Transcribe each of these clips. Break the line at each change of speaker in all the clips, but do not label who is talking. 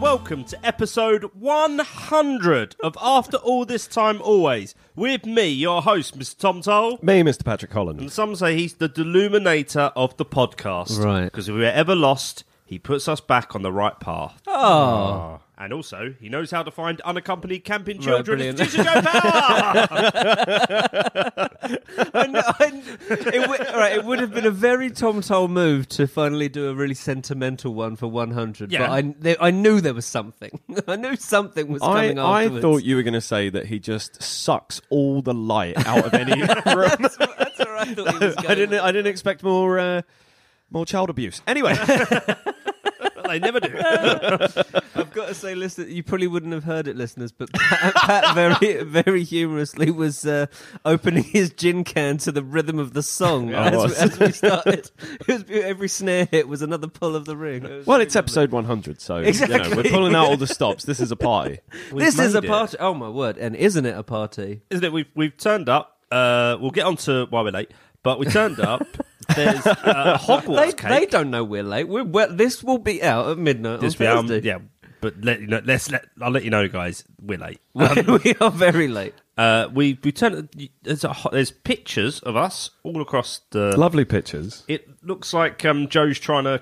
welcome to episode 100 of After All This Time Always with me, your host, Mr. Tom Toll.
Me, Mr. Patrick
And
Collins.
some say he's the deluminator of the podcast.
Right.
Because if we're ever lost, he puts us back on the right path. Oh. And also, he knows how to find unaccompanied camping children.
brilliant.
It's Teacher Joe Power!
I know, I- it, w- all right, it would have been a very Tom Toll move to finally do a really sentimental one for 100.
Yeah.
But I, there, I knew there was something. I knew something was
I,
coming
I
afterwards.
thought you were going to say that he just sucks all the light out of any room.
That's where I thought he was going.
I didn't. I didn't expect more. Uh, more child abuse. Anyway,
they never do.
I've got to say, listen, you probably wouldn't have heard it, listeners, but Pat, Pat very, very humorously was uh, opening his gin can to the rhythm of the song
Yeah, I
as, we-
was.
as we started. It was, be- every snare hit was another pull of the ring. It was
well,
really
it's episode 100, so you
Exactly.
know, we're pulling out all the stops. This is a party.
lovely. This is a
made it.
party. Oh my word! And isn't it a party?
Isn't it? We've, we've turned up. Uh, we'll get on to why we're late. But we turned up. There's uh, a
They,
Hogwarts
they
cake.
don't know we're late. We're well, this will be out at midnight
This
on
um,
round-
Thursday.
yeah, but let you know, let's let I'll let you know, guys. We're late. Um,
Um,
we are very late.
Uh, we we turned. There's a ho- there's pictures of us all across the
Lovely pictures.
It looks like um, Joe's trying to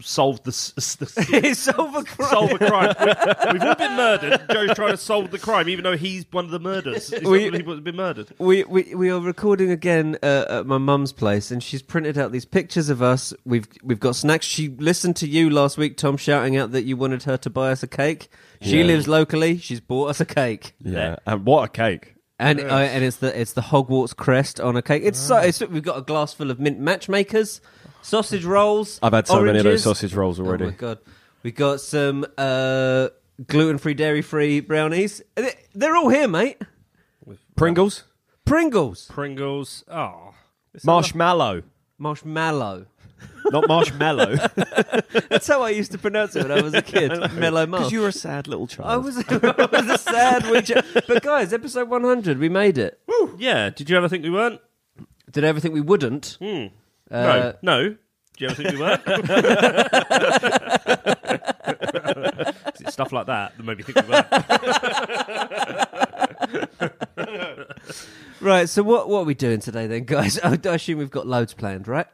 solve the, s- s- the
it's over. Christ.
solve a crime. We, we've all been murdered. Joe's trying to solve the crime, even though he's one of the murderers. He's
We-
one of the people that's been murdered.
We, we we are recording again uh, at my mum's place, and she's printed out these pictures of us. We've we've got snacks. She listened to you last week, Tom, shouting out that you wanted her to buy us a cake. She
Yeah.
lives locally. She's bought us a cake,
Yeah, and what a cake.
and uh, and it's the it's the Hogwarts crest on a cake. It's
Ah.
so it's we've got a glass full of mint matchmakers, sausage rolls.
I've had so many of those
oranges.
sausage rolls already.
Oh my god, we got some uh, gluten-free, dairy-free brownies. They- They're all here, mate.
Pringles,
Pringles,
Pringles. Oh,
marshmallow,
marshmallow.
not marshmallow.
That's how I used to pronounce it when I was a kid. Mellow marsh.
you were a sad little child.
I was, I was a sad wee ch- But guys, episode 100, we made it.
yeah. Did you ever think we weren't?
Did I ever think we wouldn't? Uh,
no, no. Did you ever think we weren't? It's Stuff like that that made me think we weren't.
Right. So what what are we doing today then, guys? I, I assume we've got loads planned, right?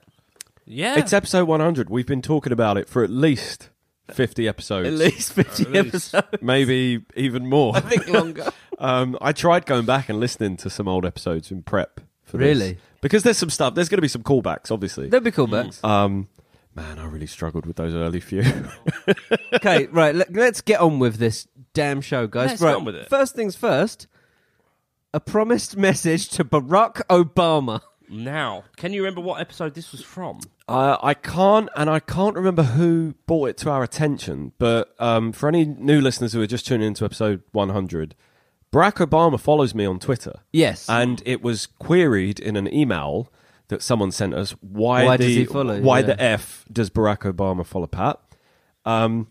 Yeah,
It's episode 100. We've been talking about it for at least 50 episodes.
At least fifty
least.
episodes.
Maybe even more.
I think longer.
Um, I tried going back and listening to some old episodes in prep for this.
Really?
Because there's some stuff. There's going to be some callbacks, obviously.
That'd be cool, Max.
Um, man, I really struggled with those early few.
okay, right. Let, us get on with this damn show, guys.
Let's
right.
get on with it.
First things first. A promised message to Barack Obama.
now. Can you remember what episode this was from?
uh, I can't, and I can't remember who brought it to our attention. But um, for any new listeners who are just tuning into episode 100, Barack Obama follows me on Twitter,
Yes.
and it was queried in an email that someone sent us. Why,
Why
the,
does he follow?
Why
Yeah.
the f does Barack Obama follow Pat? Um,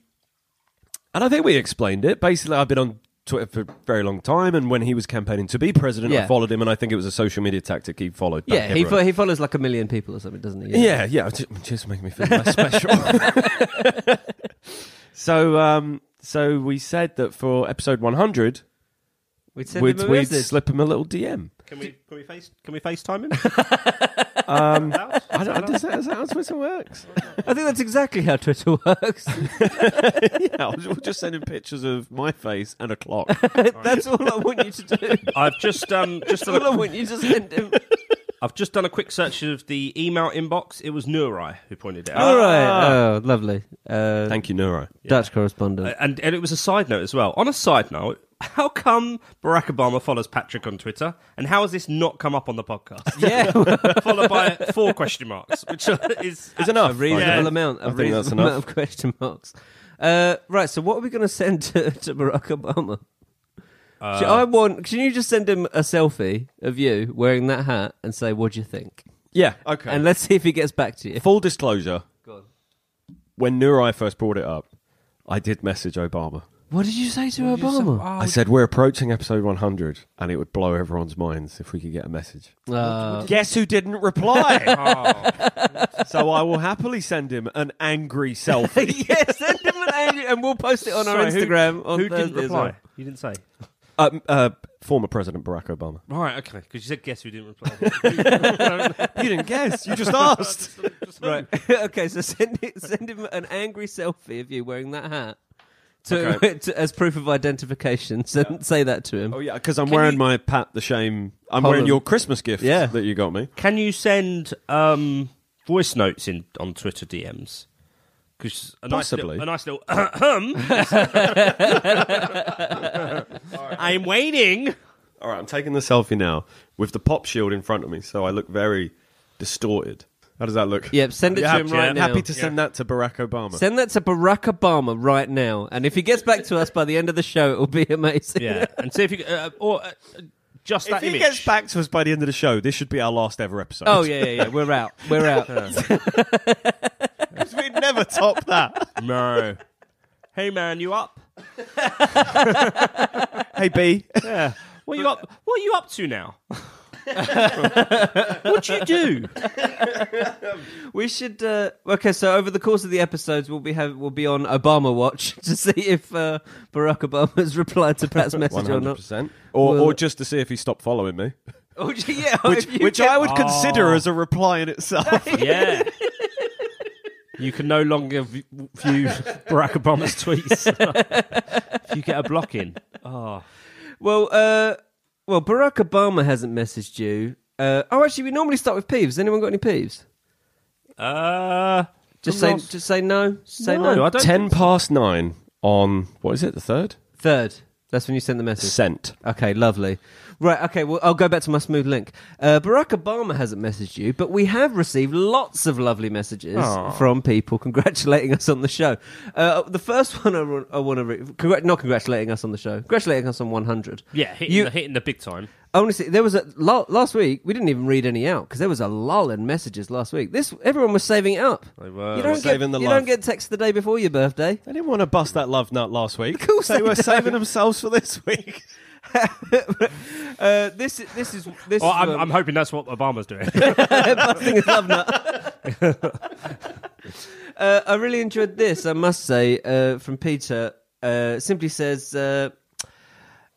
And I think we explained it. Basically, I've been on Twitter for a very long time, and when he was campaigning to be president, I
Yeah.
followed him, and I think it was a social media tactic he followed. back
yeah, he,
everywhere.
fo- he follows like a million people or something, doesn't he?
Yeah, yeah, it just, it just make me feel less special. so, um, so we said that for episode 100,
We'd send
we'd,
him a
we'd
message.
slip him a little DM.
Can we can we face can we FaceTime him? um,
I don't, does that, is that how Twitter works?
I think that's exactly how Twitter works.
yeah, we'll just send him pictures of my face and a clock.
that's all I want you to do.
I've just um just
That's all I
done a,
want you to send him.
I've just done a quick search of the email inbox. It was Nurai who pointed it out.
all right. Oh, lovely. Uh,
Thank you, Neuro.
Dutch correspondent.
Uh, And, and it was a side note as well. On a side note, how come Barack Obama follows Patrick on Twitter, and how has this not come up on the podcast?
Uh, yeah,
Followed by four question marks, which is
It's enough.
a reasonable
Yeah.
amount.
I
A
think
reasonable
that's
amount
enough.
of question marks. Uh, right. So, what are we going to send to, to Barack Obama?
Uh,
Should I want. Can you just send him a selfie of you wearing that hat and say, "What do you think?"
Yeah, okay.
And let's see if he gets back to you.
Full disclosure,
Go on.
when Nurai first brought it up, I did message Obama.
What did you say to
What did you say?
Obama?
Oh,
I said we're approaching episode 100, and it would blow everyone's minds if we could get a message.
Uh,
Guess who didn't reply?
oh.
so I will happily send him an angry selfie.
yeah, send him an angry, and we'll post it on our
Sorry, who-
Instagram.
Who,
on
didn't
Thursday as
reply?
well.
You didn't say.
um, uh, former President Barack Obama.
Right, okay. Because you said guess who didn't reply.
You didn't guess. You just asked.
right.
okay, so send it, send him an angry selfie of you wearing that hat to,
Okay.
to- as proof of identification. So say that to him.
Oh yeah, because I'm
Can
wearing
you-
my Pat the Shame. I'm
Holland.
wearing your Christmas gift
Yeah.
that you got me.
Can you send um, voice notes in on Twitter DMs? Because a nice
Possibly.
little, a nice little. I'm waiting.
All right, I'm taking the selfie now with the pop shield in front of me, so I look very distorted. How does that look?
Yep, send it
Yeah,
to him right
yeah.
now.
Happy to send that to Barack Obama.
Send that to Barack Obama right now, and if he gets back to us by the end of the show, it will be amazing.
Yeah, and see if you uh, or uh, just
if
that
he
image.
gets back to us by the end of the show, this should be our last ever episode.
Oh yeah, yeah, yeah. We're out. We're out.
we'd never top that.
No. Hey man, you up?
Hey B,
Yeah. What you up? What are you up to now? what do you do?
we should. Uh, okay, so over the course of the episodes, we'll be have, we'll be on Obama watch to see if uh, Barack Obama's replied to Pat's message or not.
100, or
Well-
or just to see if he stopped following me,
Oh, yeah,
which
if you
which
get-
I would
Oh.
consider as a reply in itself.
Yeah. You can no longer v- view Barack Obama's tweets if you get a block in. Oh,
Well, uh, well, Barack Obama hasn't messaged you. Uh, oh, actually, we normally start with peeves. Anyone got any peeves?
uh,
Just
I'm
say,
not-
just say no. Just say no.
No, I don't.
Ten past nine on what is it? The third
Third. That's when you send the message.
sent.
Okay, lovely. Right, okay, well, I'll go back to my smooth link. Uh, Barack Obama hasn't messaged you, but we have received lots of lovely messages
Aw.
from people congratulating us on the show. Uh, the first one I, wa- I want to re- congrat- not congratulating us on the show, congratulating us on 100.
yeah, hitting,
You-
the, hitting the big time.
Honestly, there was a lo- last week. We didn't even read any out because there was a lull in messages last week. This everyone was saving it up.
They were.
You don't get
Saving the
you
love.
don't get text the day before your birthday.
They didn't want to bust that love nut last week.
course
they,
they
were saving themselves for this week.
Uh, this this is this.
Well,
is
I'm,
one-
I'm hoping that's what Obama's doing.
busting his love nut. uh, I really enjoyed this, I must say, uh, from Peter. Uh, simply says, uh,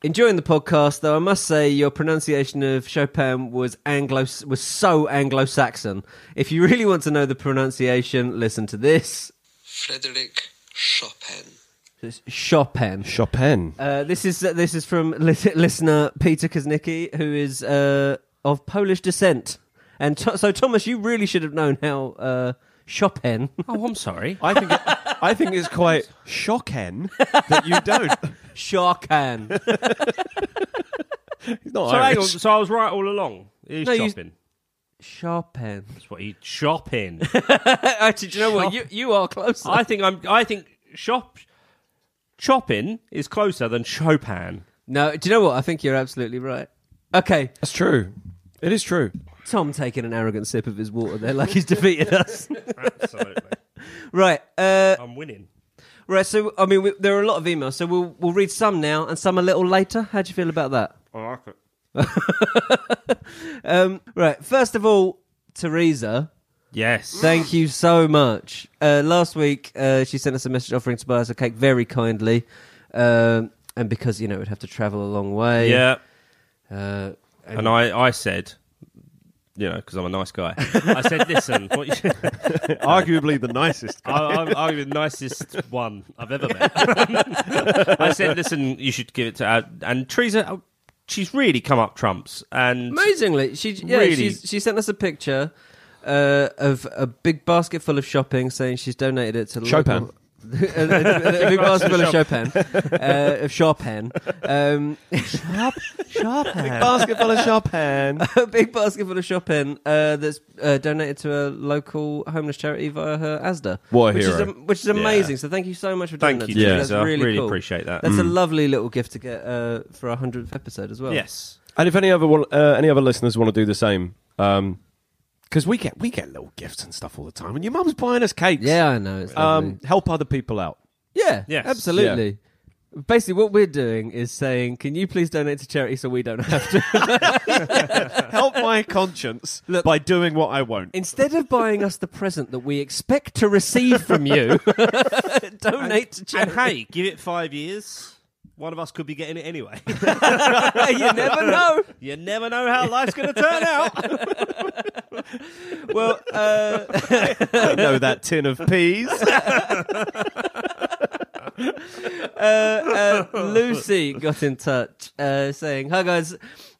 enjoying the podcast, though I must say your pronunciation of Chopin was Anglo was so Anglo-Saxon. If you really want to know the pronunciation, listen to this.
Frederick Chopin.
It's Chopin.
Chopin.
Uh, this is uh, this is from lis- listener Peter Kaznicki, who is uh, of Polish descent. And to- so, Thomas, you really should have known how uh, Chopin.
oh, I'm sorry.
I think. It, I think it's quite shocking that you don't.
Chopin.
He's not
So, hang on,
Irish.
so I was right all along. He's
No, you-
shopping.
Chopin.
That's what he's shopping.
Actually, do you know what? You, you are closer.
I think I'm. I think shop chopping is closer than Chopin.
no, do you know what? I think you're absolutely right. Okay,
That's true. It is true.
Tom taking an arrogant sip of his water there, like he's defeated us.
Absolutely,
Right, uh,
I'm winning.
right. So, I mean, we, there are a lot of emails, so we'll we'll read some now and some a little later. How do you feel about that?
I like it.
Um, right. First of all, Teresa,
Yes.
thank you so much. Uh, last week, uh, she sent us a message offering to buy us a cake very kindly. Um, and because, you know, we'd have to travel a long way.
yeah.
Uh,
And I, I said, you know, because I'm a nice guy. I said, listen, what you,
Arguably the nicest.
I, I'm, I'm the nicest one I've ever met. I said, listen, you should give it to. Ad. And Teresa, uh, she's really come up trumps. And
amazingly, she yeah,
Really?
she's, she sent us a picture uh, of a big basket full of shopping, saying she's donated it to the
Chopin.
local- a, a- a big basket full of Chopin, uh, of Chopin. Um, Chopin.
Basketball of Chopin.
a big basket full of shopping uh, that's uh, donated to a local homeless charity via her ASDA.
What a
which Is
hero.
am- which is amazing. So thank you so much for doing
thank you,
that. to me.
Teresa.
That's
really,
really, cool.
appreciate that.
That's a lovely little gift to get uh, for our hundredth episode as well.
yes.
And if any other one- uh, any other listeners want to do the same, because we get we get little gifts and stuff all the time, and your mum's buying us cakes.
Yeah, I know. It's lovely.
Um, help other people out.
yeah.
Yes.
Absolutely. Basically, what we're doing is saying, "Can you please donate to charity so we don't have to?"
Help my conscience
Look-
by doing what I won't.
Instead of buying us the present that we expect to receive from you, donate to
And
charity.
hey, give it five years. One of us could be getting it anyway.
you never know.
you never know how life's going to turn out.
Well, uh,
I know that tin of peas.
uh, uh, Lucy got in touch uh, saying, Hi guys,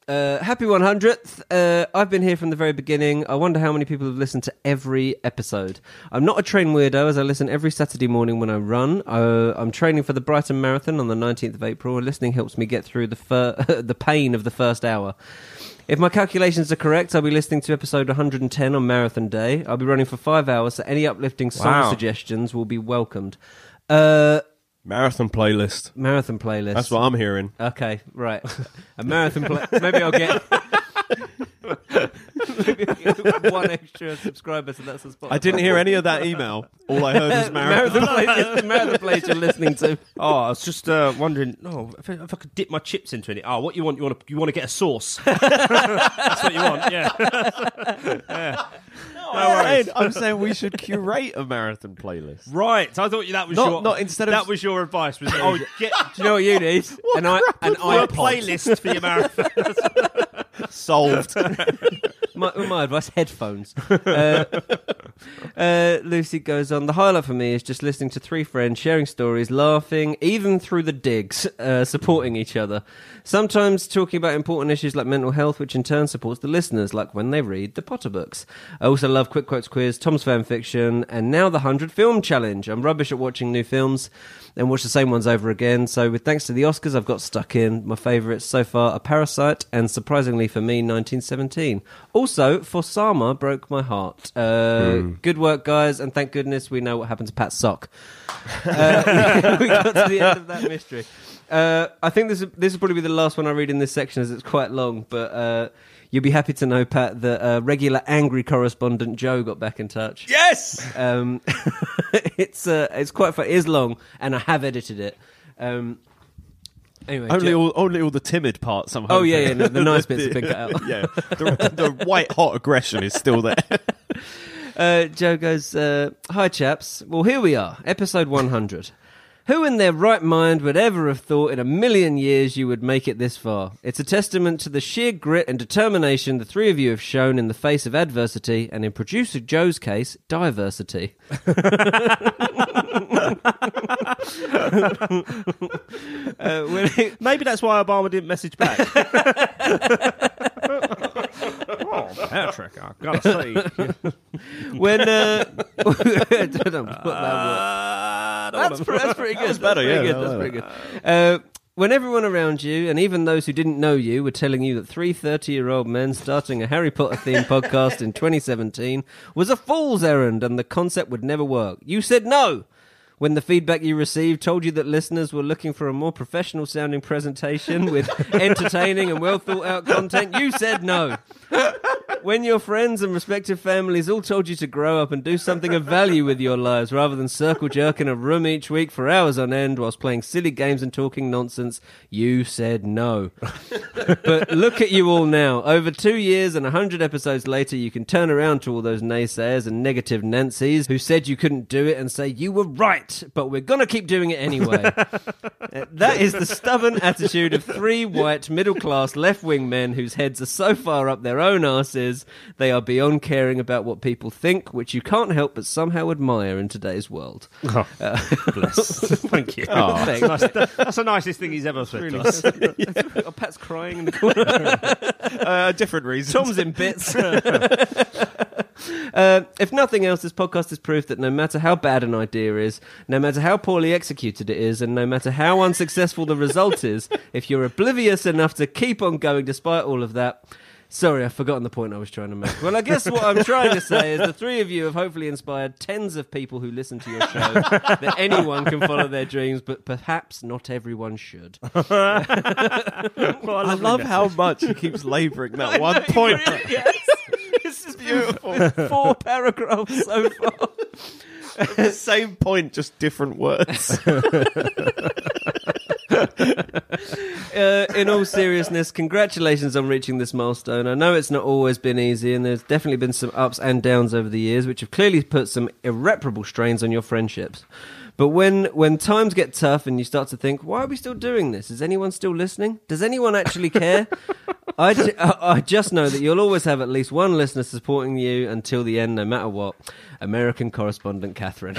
uh, happy 100th. Uh, I've been here from the very beginning. I wonder how many people have listened to every episode. I'm not a train weirdo as I listen every Saturday morning when I run. Uh, I'm training for the Brighton Marathon on the 19th of April, and listening helps me get through the, fir- the pain of the first hour. If my calculations are correct, I'll be listening to episode 110 on Marathon Day. I'll be running for five hours, so any uplifting song
Wow.
suggestions will be welcomed. Uh,
Marathon playlist.
marathon playlist.
That's what I'm hearing.
Okay, right. A marathon play. Maybe I'll get. Maybe I'll get one extra subscriber, so that's a spot.
I didn't hear any of that email. All I heard was marathon.
Marathon playlist. the marathon playlist you're listening to.
Oh, I was just uh, wondering. Oh, if, I- if I could dip my chips into it. Oh, what you want? You want to you want to get a sauce? That's what you want. Yeah.
I'm, saying, I'm saying we should curate a marathon playlist.
Right. I thought that was
Not-
your
not instead of-
that was your advice. Was oh get
Do you know what you need? an i an
your
iPod.
playlist for your marathon.
Solved.
my, my advice headphones. Uh, uh, Lucy goes on. The highlight for me is just listening to three friends sharing stories, laughing, even through the digs, uh, supporting each other. Sometimes talking about important issues like mental health, which in turn supports the listeners, like when they read the Potter books. I also love Quick Quotes Quiz, Tom's Fan Fiction, and now the 100 Film Challenge. I'm rubbish at watching new films and watch the same ones over again. So, with thanks to the Oscars, I've got stuck in. My favourites so far are Parasite and, surprisingly for me, 1917. Also, Forsama broke my heart. Uh, Good work, guys, and thank goodness we know what happened to Pat Sock. Uh, we got to the end of that mystery. Uh, I think this this will probably be the last one I read in this section, as it's quite long. But uh, you'll be happy to know, Pat, that uh, regular angry correspondent Joe got back in touch.
yes.
Um, it's uh, it's quite fun. It is long, and I have edited it. Um, anyway,
only,
Joe-
all, only all the timid parts. I'm
Oh, yeah,
hoping.
yeah, no, the nice bits have been cut out.
yeah, the, the white hot aggression is still there.
uh, Joe goes, uh, Hi, chaps. Well, here we are, episode 100. Who in their right mind would ever have thought in a million years you would make it this far? It's a testament to the sheer grit and determination the three of you have shown in the face of adversity and, in producer Joe's case, diversity. uh, will it-
Maybe that's why Obama didn't message back. oh, Patrick, I gotta say,
when uh, I don't know what that was. that's, pre- that's pretty good. Ah, That's
better, yeah,
pretty good.
I
That's
like
pretty good. Uh, when everyone around you, and even those who didn't know you, were telling you that three 30 year old men starting a Harry Potter themed podcast in 2017 was a fool's errand and the concept would never work, you said no. When the feedback you received told you that listeners were looking for a more professional sounding presentation with entertaining and well thought out content, you said no. When your friends and respective families all told you to grow up and do something of value with your lives rather than circle jerk in a room each week for hours on end whilst playing silly games and talking nonsense, you said no. but look at you all now. Over two years and a hundred episodes later, you can turn around to all those naysayers and negative Nancy's who said you couldn't do it and say you were right, but we're gonna keep doing it anyway. Uh, that is the stubborn attitude of three white middle class left wing men whose heads are so far up their own asses they are beyond caring about what people think, which you can't help but somehow admire in today's world. Uh,
oh, bless. Thank you. Oh.
Thanks.
That's, that's the nicest thing he's ever said to us.
Oh, Pat's crying in the corner.
Uh, different reasons.
Tom's in bits. Uh, if nothing else, this podcast is proof that no matter how bad an idea is, no matter how poorly executed it is, and no matter how unsuccessful the result is, if you're oblivious enough to keep on going despite all of that. Sorry, I've forgotten the point I was trying to make. Well, I guess what I'm trying to say is the three of you have hopefully inspired tens of people who listen to your show that anyone can follow their dreams, but perhaps not everyone should.
I love how much he keeps labouring that one point.
yes. This is beautiful. Four paragraphs so far.
Same point, just different words.
uh, in all seriousness, congratulations on reaching this milestone. I know it's not always been easy, and there's definitely been some ups and downs over the years, which have clearly put some irreparable strains on your friendships. But when when times get tough and you start to think, why are we still doing this? Is anyone still listening? Does anyone actually care? I, ju- I I just know that you'll always have at least one listener supporting you until the end, no matter what. American correspondent Catherine.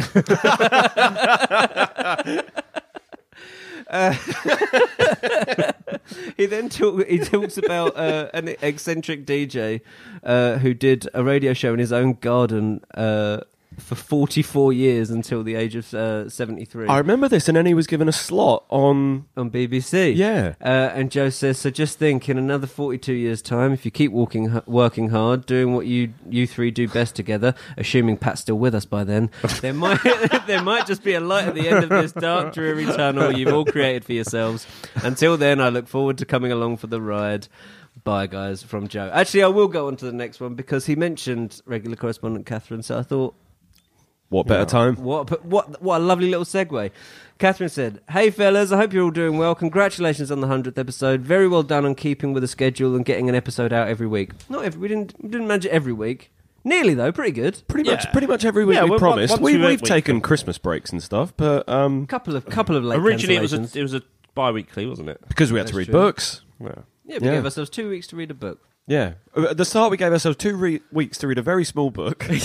he then talk, he talks about uh, an eccentric DJ uh, who did a radio show in his own garden uh, for 44 years until the age of uh, 73
I remember this, and then he was given a slot on.
on BBC.
Yeah.
Uh, and Joe says, so just think, in another 42 years' time, if you keep walking, h- working hard, doing what you you three do best together, assuming Pat's still with us by then, there might there might just be a light at the end of this dark, dreary tunnel you've all created for yourselves. Until then, I look forward to coming along for the ride. Bye, guys, from Joe. Actually, I will go on to the next one because he mentioned regular correspondent Catherine, so I thought
What better time?
what, but what, what a lovely little segue. Catherine said, Hey fellas, I hope you're all doing well. Congratulations on the 100th episode. Very well done on keeping with the schedule and getting an episode out every week. Not every, we didn't, we didn't manage it every week. Nearly though, pretty good.
Pretty much,
Yeah.
pretty much every week
Yeah,
we
well,
promised.
once
we,
we went
we've
week-
taken Christmas breaks and stuff, but um,
Couple of couple of late
Originally, it was
cancellations.
a it was a bi-weekly, wasn't it?
because we had to
That's
read
true.
books.
yeah, we
yeah.
gave ourselves two weeks to read a book.
Yeah. At the start, we gave ourselves two re- weeks to read a very small book. and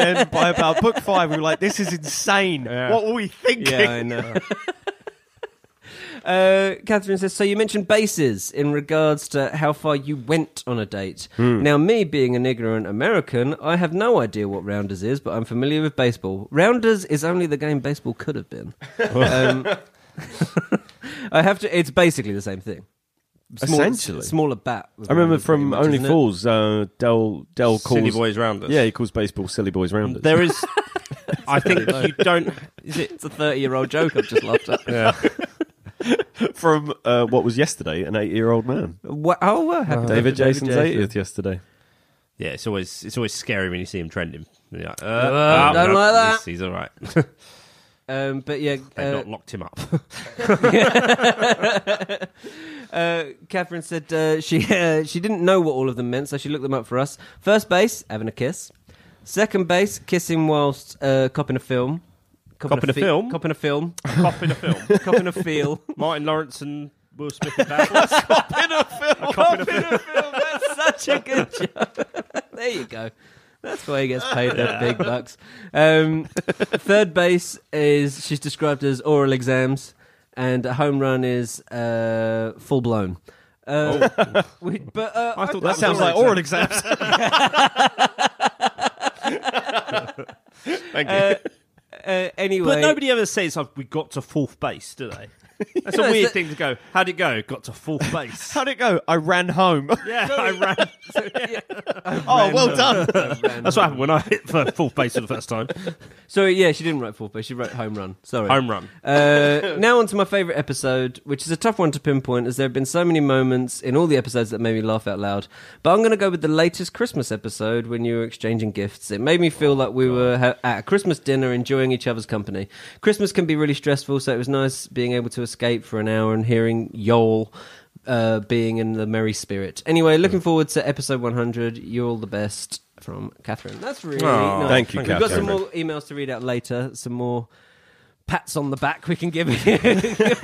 then by about book five, we were like, this is insane. What were we thinking?
Yeah, I know. Uh, Catherine says, so you mentioned bases in regards to how far you went on a date.
Hmm.
Now, me being an ignorant American, I have no idea what Rounders is, but I'm familiar with baseball. Rounders is only the game baseball could have been. um, I have to, it's basically the same thing. Small-
Essentially.
Smaller bat.
I remember from Only
four.
Fools, uh, Del, Del calls.
Silly boys round us.
Yeah, he calls baseball Silly Boys Rounders.
there is. I think you don't.
Is it? It's a 30 year old joke I've just laughed at.
from uh, what was yesterday, an eight year old man.
Uh,
Wha- Oh, well, happy birthday,
David Jason's
Jason.
80th yesterday.
Yeah, it's always it's always scary when you see him trending. You're like, uh,
Uh,
oh,
don't
no,
like that.
he's- He's all right.
Um, but yeah,
They've
uh,
not locked him up.
uh, Catherine said uh, she uh, she didn't know what all of them meant, so she looked them up for us. First base, having a kiss. Second base, kissing whilst uh, copping a film.
Copping a
fe-
film?
Copping a film.
Cop in a film.
copping a feel.
Martin Lawrence and Will Smith and Battle.
copping a film. That's such a good job. there you go. That's why he gets paid that big bucks. Um, third base is she's described as oral exams, and a home run is uh, full blown. Uh, we- but uh,
Oh. I thought
That
was
sounds
all
like
right,
oral exams. Thank you.
uh, anyway,
But nobody ever says like, we got to fourth base, do they? That's
Yeah,
a weird
it's
thing to go. How'd it go? Got to fourth base.
How'd it go? I ran home.
yeah, I ran.
oh, well done.
That's what happened when I hit for fourth base for the first time.
So yeah, she didn't write fourth base. She wrote home run. Sorry,
Home run.
Uh, now on to my favourite episode, which is a tough one to pinpoint, as there have been so many moments in all the episodes that made me laugh out loud. But I'm going to go with the latest Christmas episode when you were exchanging gifts. It made me
Oh,
feel like we were ha- at a Christmas dinner, enjoying each other's company. Christmas can be really stressful, so it was nice being able to escape for an hour and hearing y'all. Uh, being in the merry spirit. Anyway,
Hmm.
looking forward to episode 100. You're all the best from Catherine. That's really
Aw.
nice.
Thank you,
We've got some
Catherine.
more emails to read out later. Some more pats on the back we can give, give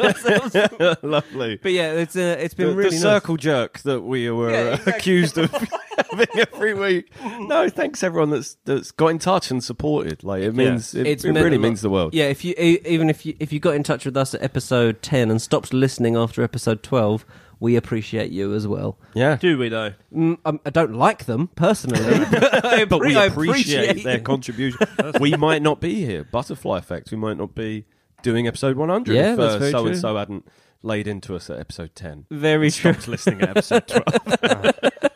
ourselves. But
Lovely.
yeah, it's uh, it's been
the,
really
the
nice.
circle jerk that we were
Yeah,
uh,
exactly.
accused of having every week. No, thanks everyone that's that's got in touch and supported. Like it means it,
It's
it
meant
really
a lot.
means the world.
Yeah, if you e- even if you if you got in touch with us at episode ten and stopped listening after episode twelve, we appreciate you as well.
yeah.
Do we though?
Mm, I'm- I don't like them personally, but I,
But we
appre- I
appreciate their
them.
contribution. we might not be here. Butterfly effect. We might not be doing episode 100
Yeah,
if
that's very
so
true.
and so hadn't laid into us at episode 10.
Very true.
listening at episode 12.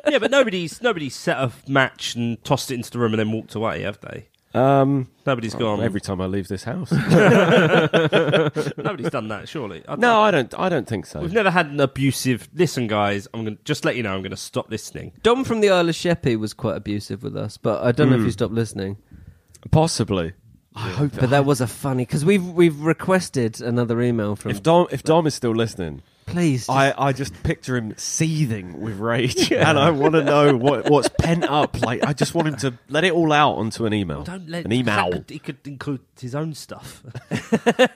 Yeah, but nobody's nobody's set a match and tossed it into the room and then walked away, have they?
Um,
Nobody's gone.
every time I leave this house.
Nobody's done that, surely. I-
no, I don't I don't think so.
We've never had an abusive. Listen, guys, I'm gonna just let you know. I'm gonna stop listening.
Dom from the Isle of Sheppey was quite abusive with us, but I don't know if you stopped listening.
Possibly. Hmm. I hope.
But that was a funny because we've we've requested another email from.
if Dom if Dom is still listening,
please, just-
I, I just picture him seething with rage, and I want to know what what's pent up. Like I just want him to let it all out onto an email,
Don't let
an email.
that Could, he could include his own stuff.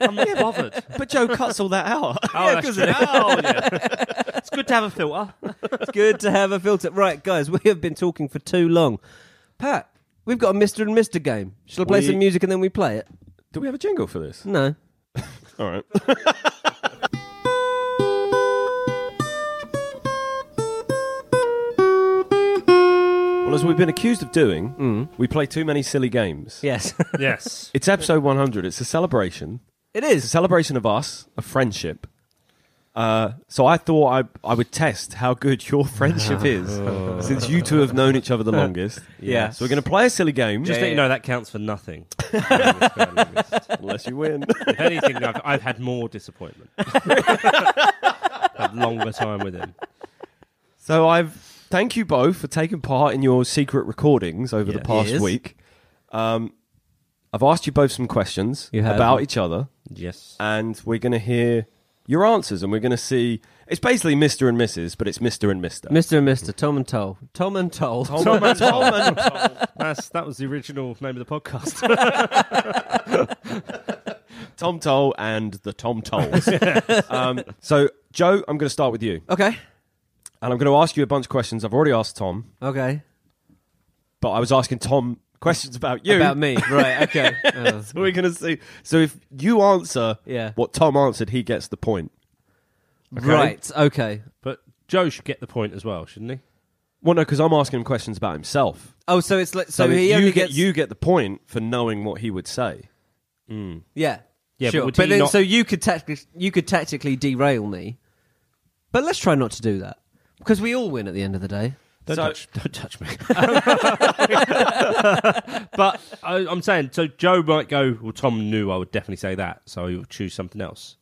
I'm not bothered.
But Joe cuts all that out.
Oh, that's true. Oh, yeah. It's good to have a filter.
it's good to have a filter. Right, guys, we have been talking for too long. Pat, we've got a Mister and Mister game. Shall I play
We-
some music and then we play it?
Do we have a jingle for this?
No.
All right. well, as we've been accused of doing, we play too many silly games.
Yes,
Yes.
It's episode 100. It's a celebration.
it
It's a
is.
celebration of us, of friendship. Uh, so I thought I, I would test how good your friendship is, since you two have known each other the longest.
Yeah.
So we're going to play a silly game.
Just
Yeah,
let
yeah.
you know that counts for nothing. if
unless you win.
anything, I've, I've had more disappointment. had longer time with him.
So I've thank you both for taking part in your secret recordings over the
Yeah.
past
Yes.
week. Um, I've asked you both some questions
You have.
about each other,
Yes.
and we're going to hear your answers, and we're going to see. It's basically Mister and Mrs., but it's Mister and Mister.
Mister and Mister, Tom and Toll, Tom and Toll.
Tom and Tom and
That's, that was the original name of the podcast.
Tom Toll and the Tom Tolls. um, so Joe, I'm going to start with you,
Okay.
and I'm going to ask you a bunch of questions. I've already asked Tom,
Okay.
but I was asking Tom questions about you.
About me. Right. Okay. Uh,
So we're going to see. So if you answer
Yeah.
what Tom answered, he gets the point.
Right. Okay.
but Joe should get the point as well, shouldn't he?
Well, no, because I'm asking him questions about himself.
Oh, so it's like so,
if
he
you
only
get
gets
you get the point for knowing what he would say.
Yeah.
Yeah, but
sure.
would
But,
he
then,
not-
so you could tactically you could tactically derail me. But let's try not to do that because we all win at the end of the day.
Don't,
So-
touch, don't touch me. but I, I'm saying, so Joe might go, well, Tom knew I would definitely say that, so he'll choose something else.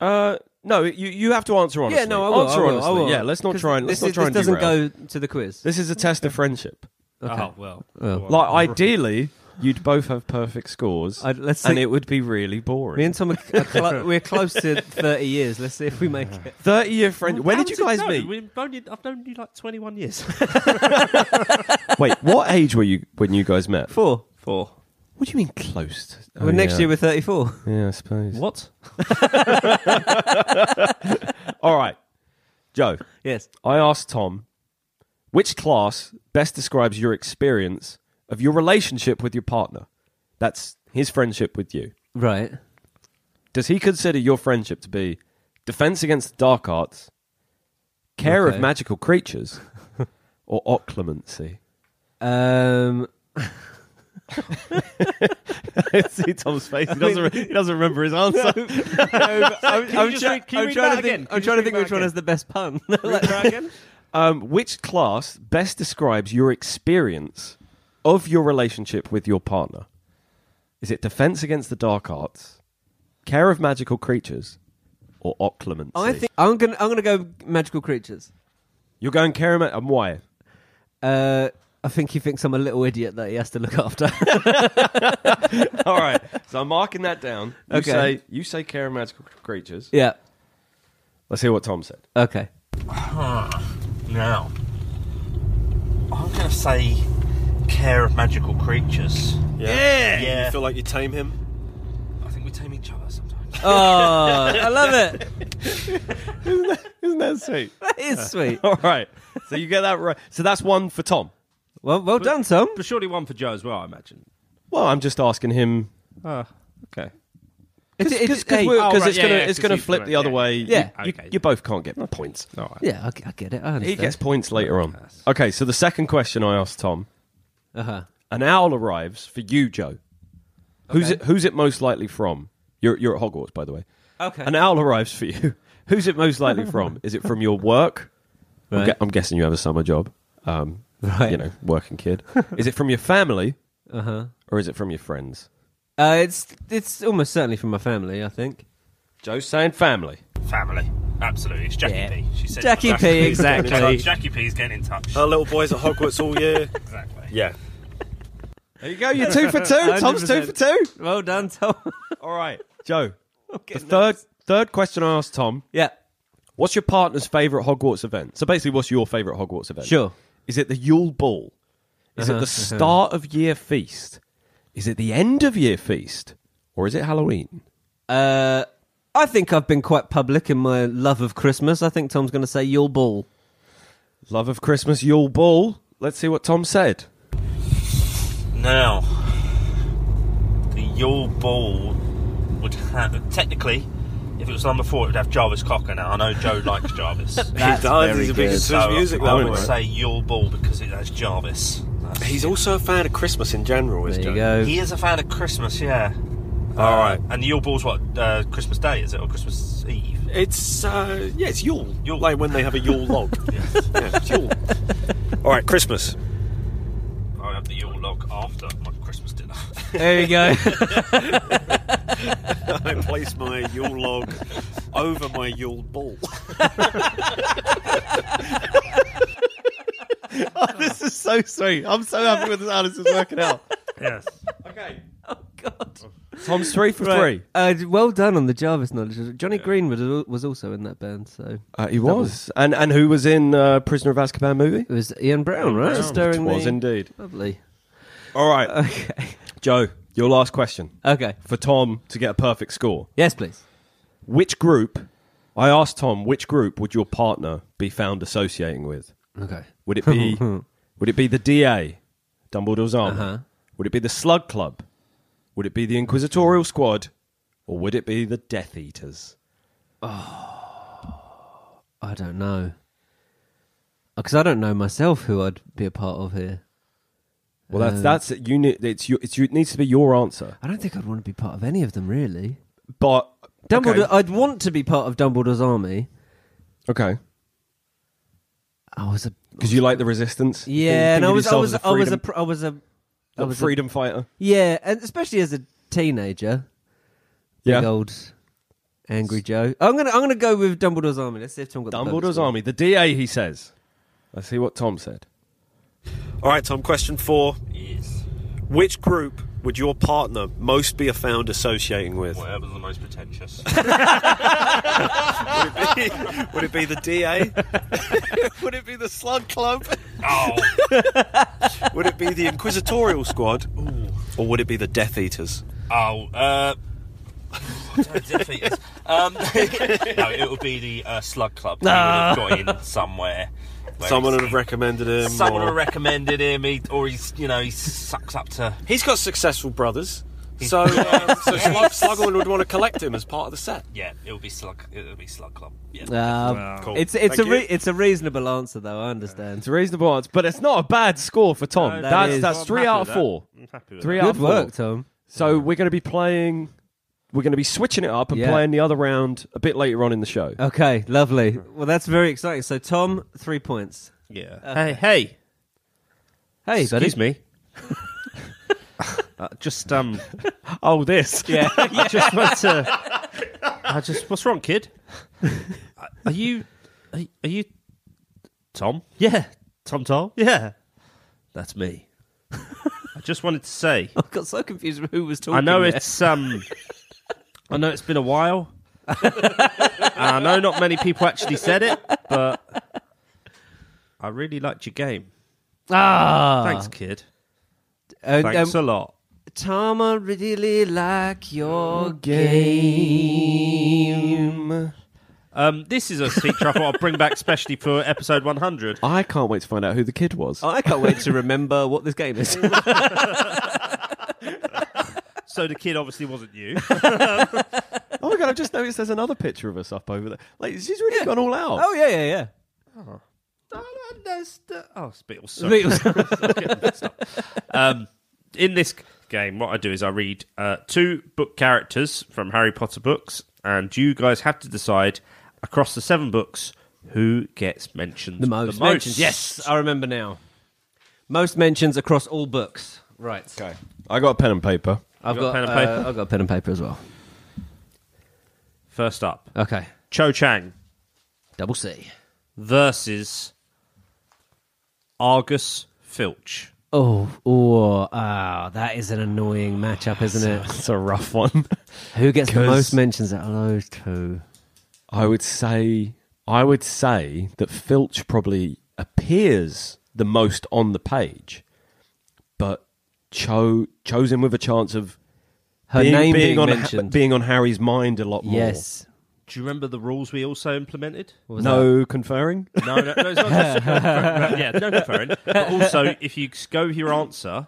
Uh, no, you you have to answer honestly.
Yeah, no, I will.
answer
I will, I
honestly.
will.
Yeah, let's not
'Cause
try and
this
let's not
is-
try
this
and
doesn't
derail.
go to the quiz.
This is a test of friendship.
Oh, well.
Like ideally, you'd both have perfect scores,
I'd- let's
and
see-
it would be really
me
boring.
and Tom are, are clo- we're close to thirty years. Let's see if we make it.
Thirty year friend. When did you guys meet?
We've only, I've known you like 21 years.
Wait, what age were you when you guys met?
Four.
Four.
What do you mean close? to- Oh,
well, next
yeah.
year we're thirty-four.
Yeah, I suppose.
What?
All right, Joe.
yes.
I asked Tom, which class best describes your experience of your relationship with your partner? That's his friendship with you.
Right.
Does he consider your friendship to be defense against the dark arts, care
Okay.
of magical creatures, or occlumency?
Um.
See Tom's face. He doesn't, he doesn't remember his answer.
I'm,
you
I'm
just
tra-
read- uh, can you
I'm
read that
trying to think.
again? Can
I'm
you
trying to
read
think
that
which one
again?
has the best pun.
Um, which class best describes your experience of your relationship with your partner? Is it defense against the dark arts, care of magical creatures, or occlumency?
I think I'm gonna I'm gonna go magical creatures.
you're going care of ma- and why?
Uh, I think he thinks I'm a little idiot that he has to look after.
All right, so I'm marking that down. You
Okay.
say you say care of magical creatures.
yeah.
Let's hear what Tom said.
Okay.
Now, I'm going to say care of magical creatures.
Yeah,
Yeah. You feel
like you tame him.
I think we tame each other sometimes.
Oh, I love it.
Isn't that sweet?
That is sweet.
All right, so you get that right. So that's one for Tom.
Well, well done, Tom.
But surely one for Joe as well, I imagine.
Well, I'm just asking him
Ah, okay.
It's- it's-
because
hey,
oh, right,
it's
yeah,
gonna
yeah,
it's
'cause
gonna
he's
flip
gonna-
the other
yeah,
way.
yeah.
You-
Okay.
you, you both can't get points.
All right.
yeah, I, g- I get it. I understand.
He gets points later on. Okay, so the second question I asked Tom:
Uh-huh.
An owl arrives for you, Joe. Who's it? Who's it most likely from? You're you're at Hogwarts, by the way.
Okay.
An owl arrives for you. Who's it most likely from? Is it from your work? I'm,
Right.
gue- I'm guessing you have a summer job. Um,
Right.
You know, working kid. is it from your family
Uh-huh.
or is it from your friends?
Uh, it's it's almost certainly from my family, I think.
Joe's saying family.
Family. Absolutely. It's Jackie
Yeah.
P. She said
Jackie
that.
P,
P's getting in
exactly.
touch. Jackie P's getting in touch.
Our little boys at Hogwarts all year.
Exactly.
Yeah.
There you go. You're two for two. Tom's two for two.
Well done, Tom.
All right, Joe. the third third question I asked Tom:
yeah,
What's your partner's favorite Hogwarts event? So basically, what's your favorite Hogwarts event?
sure. Uh-huh.
Is it the Yule Ball? Is it the start of year feast? Is it the end of year feast? Or is it Halloween?
Uh, I think I've been quite public in my love of Christmas. I think Tom's going to say Yule Ball.
Love of Christmas, Yule Ball. Let's see what Tom said.
Now, the Yule Ball would have technically, if it was done before, it would have Jarvis Cocker. Now I know Joe likes Jarvis,
He does. He's a big
so
Swiss music
I would
lover.
say Yule Ball because it has Jarvis. That's-
He's also a fan of Christmas in general, is
There you
Joe.
go.
He is a fan of Christmas, yeah. Uh,
All right.
And the Yule Ball's what uh, Christmas Day is it or Christmas Eve?
It's uh, yeah, it's Yule.
Yule.
Like when they have a Yule log. yeah. it's Yule. All right, Christmas.
I have the Yule log after my Christmas dinner.
There you go.
I place my Yule log over my Yule ball.
This is so sweet. I'm so happy with how this is working out.
Yes.
God.
Tom's three for three.
Uh, well done on the Jarvis knowledge. Johnny Greenwood al- was also in that band, so
Uh, he was. And and who was in uh, Prisoner of Azkaban movie?
it was Ian Brown, right? Starring
was
the-
indeed.
Lovely.
All right,
Okay.
Joe, your last question
Okay.
for Tom to get a perfect score.
Yes, please.
Which group? I asked Tom which group would your partner be found associating with.
Okay.
Would it be would it be the DA, Dumbledore's army?
Uh-huh.
Would it be the Slug Club? Would it be the Inquisitorial Squad? Or would it be the Death Eaters?
I don't know. Because I don't know myself who I'd be a part of here.
Well,
Uh.
that's that's it. you. ne- It's your, it's your, it needs to be your answer.
I don't think I'd want to be part of any of them, really.
But
Dumbledore. uh,
Okay.
I'd want to be part of Dumbledore's army.
Okay,
I was a
because you like the Resistance. You think-
yeah, and
think
I
of
was I
yourself
was
as
I was a
freedom-
pr- I was a I
a
was a-
freedom fighter.
yeah, and especially as a teenager, big
Yeah,
old angry Joe. I'm gonna I'm gonna go with Dumbledore's army. Let's see if Tom got the perfect
Dumbledore's
score.
army, the DA. He says. Let's see what Tom said.
All right, Tom. Question four:
yes.
Which group would your partner most be found associating with?
Whatever's the most pretentious.
would it be the DA? would it be the Slug Club?
oh,
Would it be the Inquisitorial Squad? Or would it be the Death Eaters?
oh, uh. defeaters. um, no, it would be the uh, Slug Club. He would have got in somewhere. where
Someone
he's-
would have recommended him.
Someone
or-
would have recommended him, he, or he's, you know, he sucks up to.
He's got successful brothers. So, uh, so Slug, Slugman would want to collect him as part of the set.
Yeah, it'll be slug. It'll be slug club. Yeah.
Um,
Cool.
It's it's
Thank
a re-
you.
it's a reasonable answer though. I understand.
It's a reasonable answer, but it's not a bad score for Tom.
No, that
that's
is-
that's
I'm
three
happy
out of
with that.
four.
I'm happy with
Three out
Good
of four.
work, Tom.
So we're going to be playing. We're going to be switching it up and
Yeah.
playing the other round a bit later on in the show.
Okay, lovely. Well, that's very exciting. So Tom, three points.
that. Yeah. Hey, hey.
Hey, buddy.
Excuse me. Uh, just um,
oh, this.
yeah. I just want to. I just. What's wrong, kid? Are you? Are, are you? Tom? Yeah, Tom. Tom. Yeah, that's me. Oh, I just wanted to say.
I got so confused with who was talking.
I know
there.
it's um, I know it's been a while. And I know not many people actually said it, but I really liked your game.
ah.
Thanks, kid.
And,
Thanks
um,
a lot.
Tom, I really like your game.
Um, this is a feature I thought I'd bring back especially for episode 100.
I can't wait to find out who the kid was.
Oh, I can't wait to remember what this game is.
So the kid obviously wasn't you.
Oh my god! I've just noticed there's another picture of us up over there. Like she's really gone all out.
oh yeah, yeah, yeah.
No, no, that's the- oh, it's Beatles. Sorry.
Beatles.
Um, in this game, what I do is I read uh, two book characters from Harry Potter books, and you guys have to decide across the seven books who gets mentioned
the most, mentions. Yes, I remember now. Most mentions across all books. Right. Okay.
I got a pen and paper.
I've
You
got,
got
pen
pen
and
and
paper. I've got pen and paper as well.
First up,
Okay.
Cho Chang
Double C.
versus Argus Filch.
Oh, oh, ah, that is an annoying matchup, isn't it?
It's a rough one.
Who gets the
'Cause-
most mentions out of those two?
I would say I would say that Filch probably appears the most on the page, but Cho chosen with a chance of
Her
being,
name
being
being,
on
mentioned.
being on Harry's mind a lot more.
yes.
Do you remember the rules we also implemented?
No conferring.
No, no, no it's not just yeah, no conferring. But also, if you go with your answer,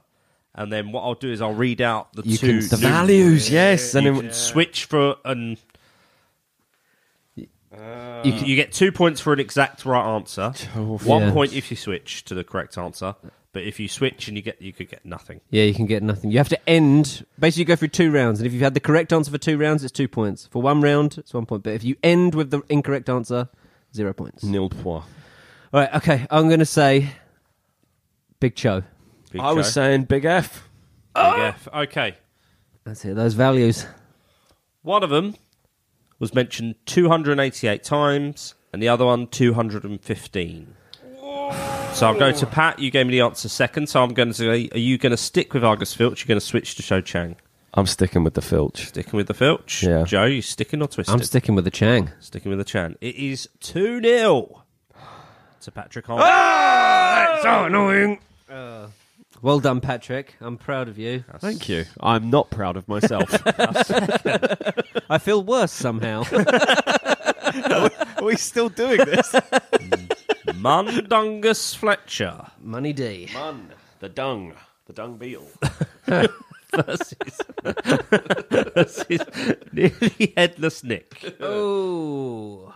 and then what I'll do is I'll read out the
You
two
can- the
new-
values, yes,
you
and
can
then-
switch for an.
You
Uh.
You,
can-
get two points for an exact right answer.
Oh,
One
Yeah.
point if you switch to the correct answer, but if you switch and you get, you could get nothing.
Yeah, you can get nothing. You have to end. Basically, you go through two rounds, and if you've had the correct answer for two rounds, it's two points. For one round, it's one point. But if you end with the incorrect answer, zero points.
Nil point.
All right, okay. I'm going to say Big Cho.
Big
I was
Joe.
saying big F.
Big F. Okay,
That's it. Those values.
one of them was mentioned 288 times, and the other one 215. So I'll go to Pat. You gave me the answer second, so I'm going to say, are you going to stick with Argus Filch? You're going to switch to Cho Chang.
I'm sticking with the Filch.
Sticking with the Filch.
Yeah.
Joe, you sticking or twisted?
I'm sticking with the Chang.
sticking with the Chan. It is 2 0 to Patrick Holmes.
Well done, Patrick. I'm proud of you.
Thank you. I'm not proud of myself.
I feel worse somehow.
Are we still doing this?
Mundungus Fletcher.
Money D.
The dung. The dung beetle.
versus, versus nearly headless Nick.
Oh.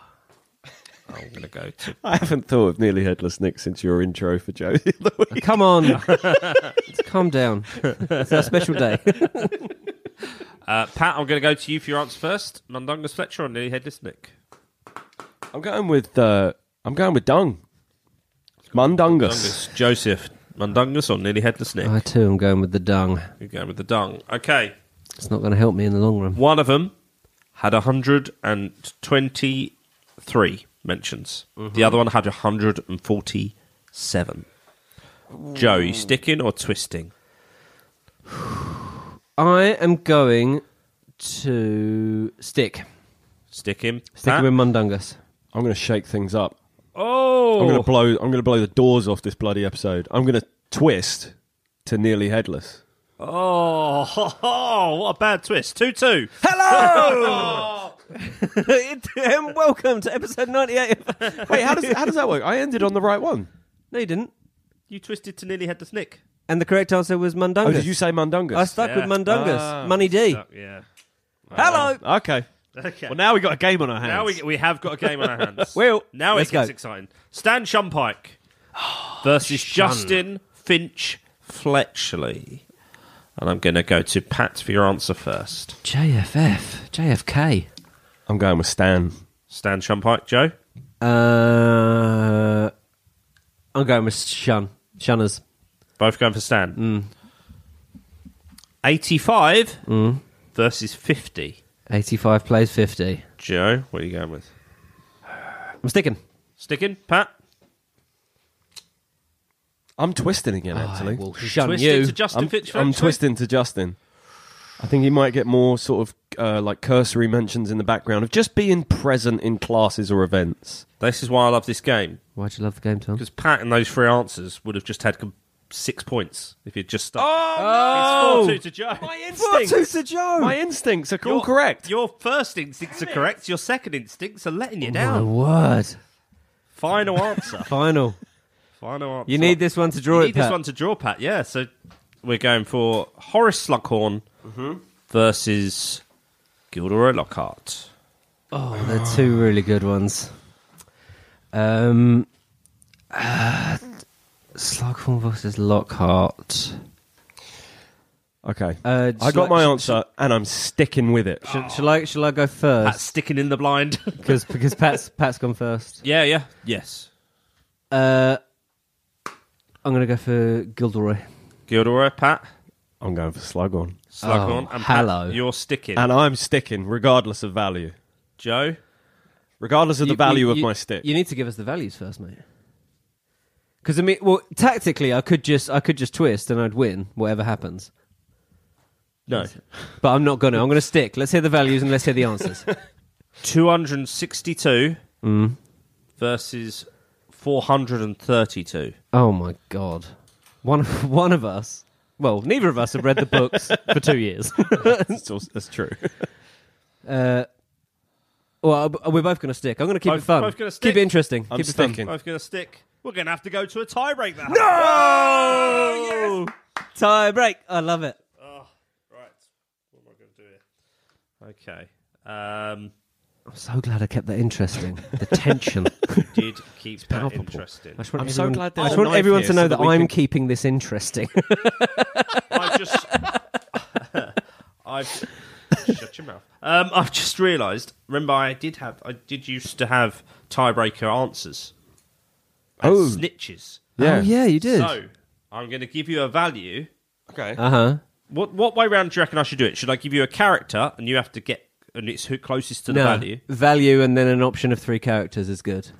I'm going to go to
I haven't thought of nearly headless Nick since your intro for Joe.
Come on. Calm down. It's our special day.
uh, Pat. I'm going to go to you for your answer first. Mundungus Fletcher or nearly headless Nick?
I'm going with uh, I'm going with dung. Mundungus.
Mundungus Joseph. Mundungus or nearly headless Nick?
I too am going with the dung.
You're going with the dung. Uh. Okay,
It's not going to help me in the long run.
one of them had 123 mentions. The other one had 147. Joe, you sticking or twisting?
I am going to stick.
Sticking.
Sticking
Pat?
with Mundungus.
I'm going to shake things up.
Oh,
I'm going to blow. I'm going to blow the doors off this bloody episode. I'm going to twist to nearly headless.
Oh, ho, ho, what a bad twist. 2 2.
and welcome to episode 98. of-
Wait, how does how does that work? I ended on the right one.
no, you didn't.
You twisted to nearly headless Nick.
And the correct answer was Mundungus.
Oh, did you say
I
Mundungus?
stuck
Yeah.
with Mundungus.
Ah.
Money D.
yeah.
Hello.
okay.
Okay.
Well, now we got a game on our hands.
now we, we have got a game on our hands.
Well,
now
let's
it gets
go.
exciting. Stan Shumpike versus Justin Finch Fletchley. And I'm going to go to Pat for your answer first.
JFF. JFK.
I'm going with Stan.
Stan Shumpike, Joe?
Uh, I'm going with Shun. Shunners.
Both going for Stan. 85 versus 50.
85 plays 50.
Joe, what are you going with?
I'm sticking.
Sticking, Pat?
I'm twisting again. Actually,
will shun
Twist
you.
it to Justin
I'm,
Finch
I'm
Fletchley?
twisting to Justin. I think he might get more sort of uh, like cursory mentions in the background of just being present in classes or events.
This is why I love this game
Why'd you love the game, Tom?
because Pat and those three answers would have just had com- six points if you'd just stuck.
Oh,
It's four two to Joe.
instincts. My instincts are all
Your-
correct.
Your first instincts are correct. Your second instincts are letting you
My
down.
word.
Final answer.
Final.
Final answer.
You need this one to draw
You
it,
need this
Pat.
one to draw, Pat. Yeah. So we're going for Horace Slughorn versus Gilderoy Lockhart.
Oh, they're two really good ones. Um, uh, Slughorn versus Lockhart.
Okay.
Uh,
I
shall
got my
sh-
answer, and I'm sticking with it.
Shall, shall I? Shall I go
Pat
first?
sticking in the blind.
Because because Pat's Pat's gone first.
yeah. Yeah. Yes.
Uh, I'm gonna go for Gilderoy.
Gilderoy, Pat.
I'm going for Slughorn,
Slughorn
Oh,
and
hello.
Pat, you're sticking.
and I'm sticking regardless of value,
Joe.
regardless of the
You-
value
you-
of
you-
my stick.
You need to give us the values first, mate. Because I mean, well, tactically, I could just I could just twist and I'd win whatever happens.
No.
But I'm not gonna. I'm gonna stick. Let's hear the values and let's hear the answers.
262
Mm.
versus 432.
oh my god, one one of us. Well, neither of us have read the books for two years.
That's, also, that's true.
Uh, well, b- we're both gonna stick. I'm gonna keep
Both-
it fun.
both gonna stick.
Keep it interesting.
I'm
keep it
sticking.
Both going to stick. We're going to have to go to a tiebreak now.
No. Tie break. I love it.
Right. What am I going to do here? Okay. Um,
I'm so glad I kept that interesting. The tension.
did keep that
palpable.
interesting.
I just want
I'm so
everyone,
glad
I
there's
just
a
want
knife
everyone
here
to know
so
that,
that we
I'm
can-
keeping this interesting.
I just. I've. Shut your mouth. Um, I've just realised. Remember, I did have. I did used to have tiebreaker answers. And
Oh.
snitches.
Yeah.
Oh yeah, you did.
So I'm going to give you a value.
Okay.
Uh huh.
What what way round do you reckon I should do it? Should I give you a character and you have to get and it's who closest to the value?
Value and then an option of three characters is good.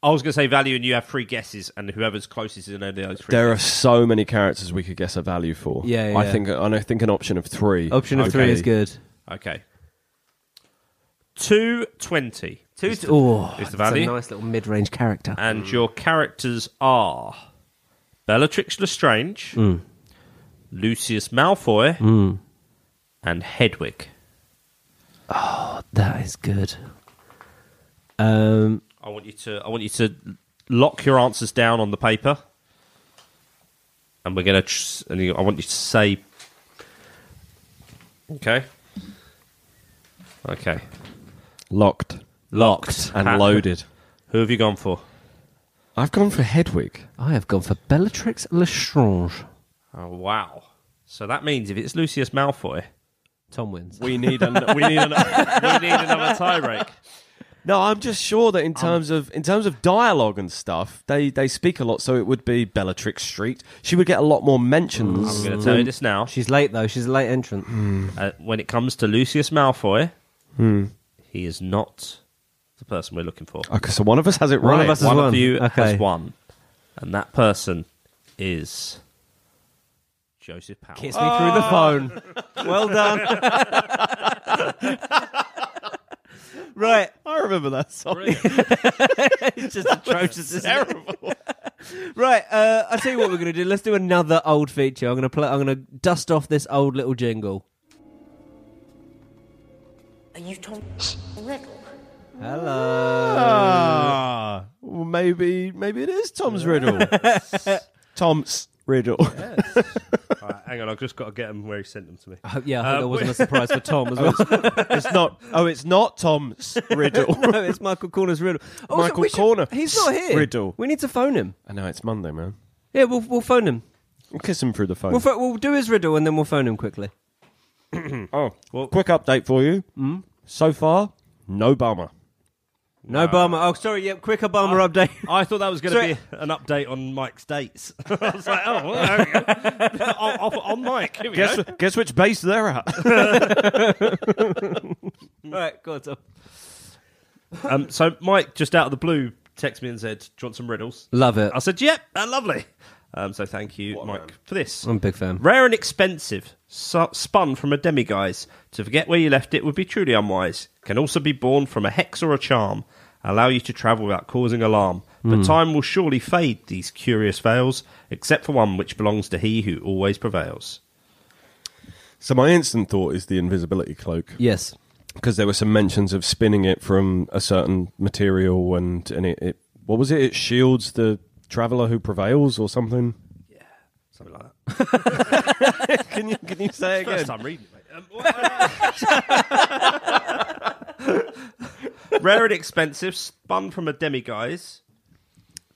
I was going to say value, and you have three guesses, and whoever's closest is know those three.
There are so many characters we could guess a value for.
Yeah, yeah,
I
yeah.
think I know- think an option of three.
Option of three
Okay.
is good.
Okay. Two twenty.
Two
is the
oh, that's
value. Uh,
a nice little mid-range character.
and
Mm.
your characters are Bellatrix Lestrange,
Mm.
Lucius Malfoy, and Hedwig.
that is good. Um,
I want you to I want you to lock your answers down on the paper, and we're gonna. Tr- and you, I want you to say. Okay. Okay.
Locked
Locked
and loaded.
Who have you gone for?
I've gone for Hedwig.
I have gone for Bellatrix Lestrange.
Oh wow! So that means if it's Lucius Malfoy,
Tom wins.
We need an, we need an,
we need another tie break.
No, I'm just sure that in terms of in terms of dialogue and stuff, they they speak a lot. So it would be Bellatrix Street. She would get a lot more mentions.
I'm going
than-
to tell you this now.
She's late though. She's a late entrant.
Uh, when it comes to Lucius Malfoy, he is not the person we're looking for.
Okay, so Oh, one of us has it right.
One of us has
One
won.
of you
Okay.
has won, and that person is Joseph Powell.
Kiss me
Ah.
through the phone. Well done. right.
I remember that song.
It's just atrocious. It's terrible. right. Uh, I tell you what we're going to do. Let's do another old feature. I'm going to play. I'm going to dust off this old little jingle.
Are you Tom Riddle?
Ah, well, maybe maybe it is Tom's riddle. Tom's riddle.
All right, hang on, I've just got to get him where he sent them to me.
I hope, yeah, I hope
Uh,
that wasn't
we-
a surprise for Tom as well.
it's not. Oh, it's not Tom's riddle.
no, it's Michael Corner's riddle. Also,
Oh. Michael
we should-
Corner.
He's not here.
Riddle.
We need to phone him.
I know it's Monday, man.
Yeah, we'll we'll phone him.
We'll kiss him through the phone.
We'll pho- we'll do his riddle and then we'll phone him quickly.
oh, well, quick update for you. So far, no bummer.
No Obama. Oh, sorry. Yep. Quick Obama update.
Um, I thought that was going to
Sorry.
be an update on Mike's dates. I was like, oh, well, there we go. on, on- on Mike. Here we go.
Guess guess which base they're at.
All right. Go on, Tom.
Um, so Mike, just out of the blue, texted me and said, "Do you want some riddles?"
Love it.
I said, "Yep, uh, lovely." Um, so thank you, Mike, for this.
I'm a big fan.
Rare and expensive, su- spun from a demiguise. To forget where you left it would be truly unwise. Can also be born from a hex or a charm. Allow you to travel without causing alarm. But time will surely fade these curious veils, except for one which belongs to he who always prevails.
So my instant thought is the invisibility cloak
Yes.
because there were some mentions of spinning it from a certain material and and it, it what was it? It shields the traveler who prevails or something.
Something like that.
Can you can you say
First time reading it, mate. Um,
uh,
what- Rare and expensive, spun from a demiguise.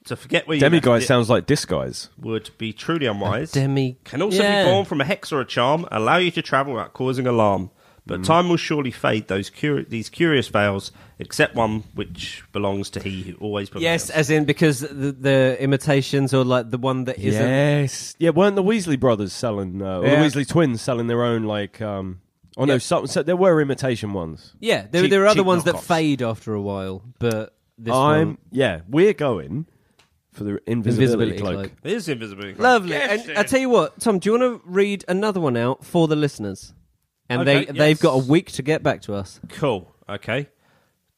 To forget where you left
Demiguise
it
sounds like disguise.
would be truly unwise.
Demi
Can also
Yeah.
be born from a hex or a charm, allow you to travel without causing alarm. But time will surely fade those curi- these curious veils, except one which belongs to he who always prevails.
Yes, as in because the, the imitations or like the one that isn't.
Yes. Yeah, weren't the Weasley brothers selling uh, or
Yeah.
the Weasley twins selling their own like um Oh no,
Yeah.
some, so there were imitation ones.
Yeah, there,
Cheap-
there are other
cheap
ones that
knockoffs.
fade after a while, but this
I'm
one.
yeah, we're going for the invisibility,
Invisibility
cloak.
cloak.
It is invisibility. cloak.
Lovely.
Yes,
and I tell you what, Tom, do you want to read another one out for the listeners? And
Okay,
they they've
yes.
got a week to get back to us.
Cool. Okay.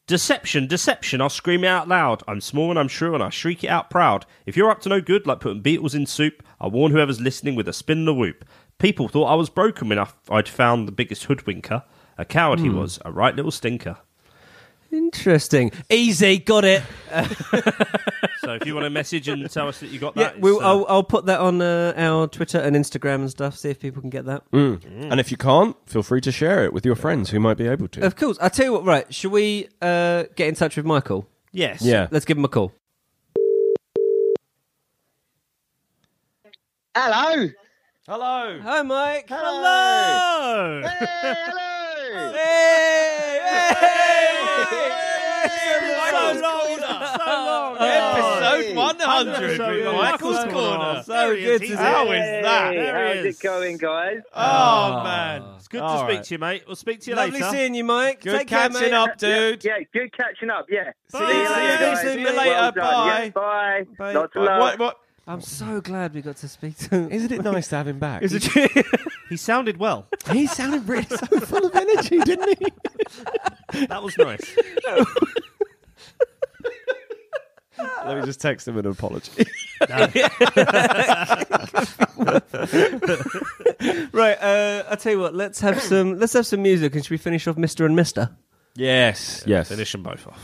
Deception, deception. I'll scream it out loud. I'm small and I'm sure, and I shriek it out proud. If you're up to no good, like putting beetles in soup, I warn whoever's listening with a spin and a whoop. People thought I was broken when I- I'd found the biggest hoodwinker. A coward he was, a right little stinker.
Interesting. Easy. Got it.
So if you want to message and tell us that you got
Yeah,
that,
we'll,
it's, uh,
I'll, I'll put that on uh, our Twitter and Instagram and stuff. See if people can get that.
And if you can't, feel free to share it with your friends who might be able to.
Of course. I tell you what. Right? Should we uh, get in touch with Michael?
yes,
yeah.
Let's give him a call.
Hello.
Hello.
Hi, Mike.
Hello.
Hello.
Hey!
So long, so
Oh.
long.
Hey.
100.
Episode of Michael's Corner.
So good to see
How
you.
is that?
Hey,
There he
how's
is.
it going, guys?
Oh, man, it's good to
All
speak
right.
to you, mate. We'll speak to you
Lovely
later.
seeing you, Mike.
Good
Take
catching
care, mate.
up, dude.
Yeah, good catching up. Yeah.
See you later.
guys.
See you
Well
later.
done.
Bye.
Yeah, bye.
Bye.
Lots of love.
What, what?
I'm so glad we got to speak to him.
Isn't it nice to have him back?
He sounded well.
he sounded really so full of energy, didn't he?
That was nice.
Let me just text him an apology.
right, uh, I tell you what, let's have some let's have some music and should we finish off Mr. and Mister?
yes. Yes.
Finish them both off.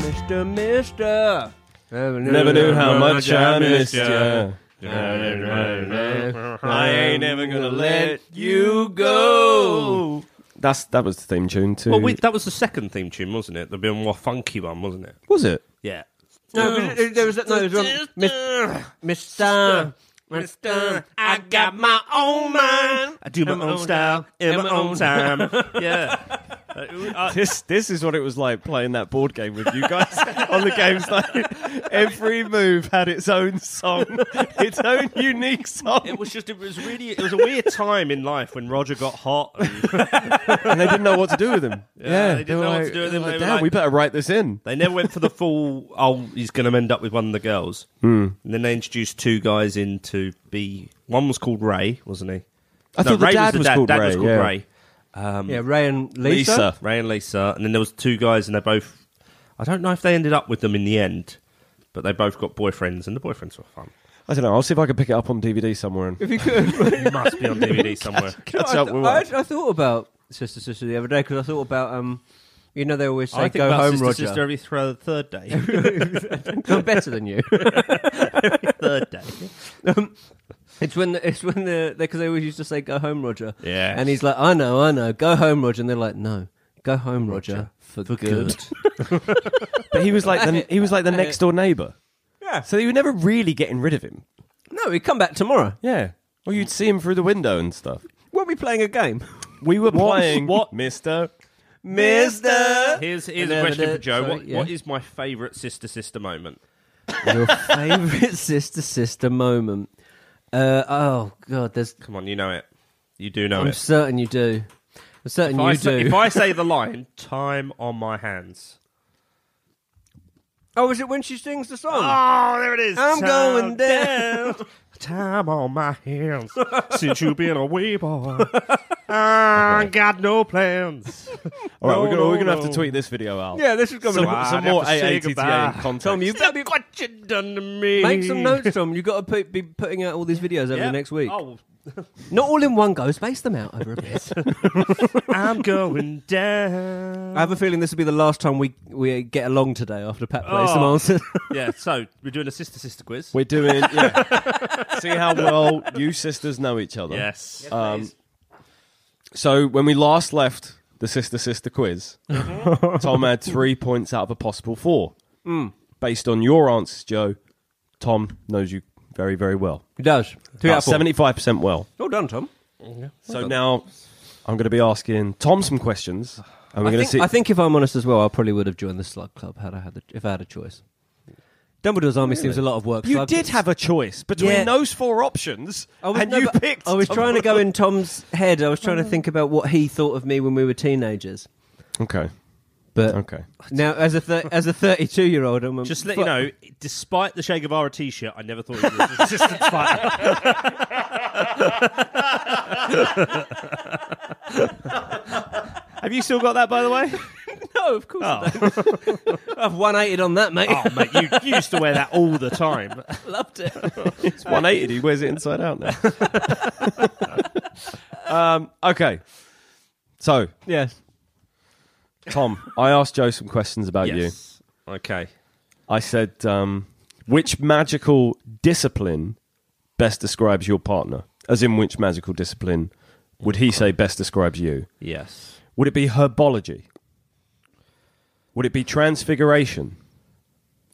Mr. Mister.
Never knew how much I missed you.
I
That's that was the theme tune too.
Well, we, that was the second theme tune, wasn't it? The bit more funky one, wasn't it?
was it?
Yeah.
No, but there was no there was one- Mis- Mister Mister I got my own mind.
I do my own style in my own time. yeah.
Uh, This this is what it was like playing that board game with you guys on the games night. Every move had its own song, its own unique
It
song,
was just, it was really, it was a weird time in life when Roger got hot. And
and they didn't know what to do with them. Yeah,
they didn't
were
know what to
like-
do with
they
him.
were
They
Like,
were
Dad,
like-
we better write this in.
they never went for the full, oh, he's going to end up with one of the girls.
Hmm.
And then they introduced two guys in to be, one was called Ray, wasn't he?
I
no,
thought the
Ray
dad
was the
was
dad.
called
dad
Ray,
was called
yeah.
Ray.
Yeah, Ray and Lisa.
Ray and Lisa, and then there was two guys, and they both. I don't know if they ended up with them in the end, but they both got boyfriends, and the boyfriends were fun.
I don't know. I'll see if I can pick it up on DVD somewhere. And
If you could
It must be on DVD somewhere.
catch
I,
up
th-
with
I,
what-
actually- I thought about Sister Sister the other day because I thought about um, you know they always say
I think
go
about
home,
sister,
Roger.
Sister every thro- third day.
I'm better than you.
third day.
um, it's when the, it's when the because they always used to say go home, Roger.
Yes.
and he's like, I know, I know, go home, Roger, and they're like, no, go home, Roger, for, good.
But he was like the he was like the next door neighbor.
Yeah.
So they were never really getting rid of him.
no, we come back tomorrow.
Yeah. Or you'd see him through the window and stuff.
We'll be playing a game,
We were playing
what-
Mister.
Mister.
Here's here's a
Another
question
day.
for Joe.
Sorry,
what,
yeah.
what is my favourite sister sister moment?
Your favorite Sister Sister moment. Uh, oh God, there's.
Come on, you know it. You do know
I'm
it.
certain you do. I'm certain
if,
you
I
do.
say, if I say the line, "Time on my hands."
Oh, is it when she sings the song?
Oh, there it is.
I'm going down.
Time on my hands since you've been away, boy. I got no plans.
All right, we're
No,
gonna we're
no,
gonna have to
no.
tweet this video out.
Yeah, this is coming.
Some,
I'd
some
have
more
to say goodbye.
AATA content.
Tom, you better be,
Look what you done to me.
make some notes, Tom. You've got to put, be putting out all these videos over the next week.
Oh,
Not all in one go. Space them out over a bit.
I'm going down.
I have a feeling this will be the last time we, we get along today after Pat plays
Oh.
some answers.
yeah, so we're doing a sister sister quiz.
We're doing yeah. See how well you sisters know each other.
yes.
uh,
Um, so when we last left the sister sister quiz, Tom had three points out of a possible four. Mm. Based on your answers, Joe, Tom knows you very very well.
he does. Two out of
Oh,
four.
Seventy five percent well.
Well done, Tom.
So now I'm going to be asking Tom some questions, and we're
I
going
think,
to see.
I think if I'm honest as well, I probably would have joined the Slug Club had I had the, if I had a choice. Dumbledore's Army seems a lot of work.
you
Slug-
did have a choice between
Yeah.
those four options,
I was,
and
no,
you
but
picked.
I was
Tom. Mm.
trying to go in Tom's head. I was trying to think about what he thought of me when we were teenagers.
Okay.
But
Okay.
now, as a thir- as a 32 year old, I'm a
Just to let
fu-
you know, despite the Che Guevara T-shirt, I never thought he was a resistance fighter. Have you still got that, by the way?
No, Oh, of course
Oh.
not. I've 180 on that, mate.
Oh, mate, you, you used to wear that all the time.
Loved it.
It's 180. He wears it inside out now. um, okay. So,
yes.
Tom, I asked Joe some questions about you.
Yes. Okay.
I said, um, which magical discipline best describes your partner? As in, which magical discipline would he say best describes you?
Yes.
Would it be herbology? Would it be transfiguration?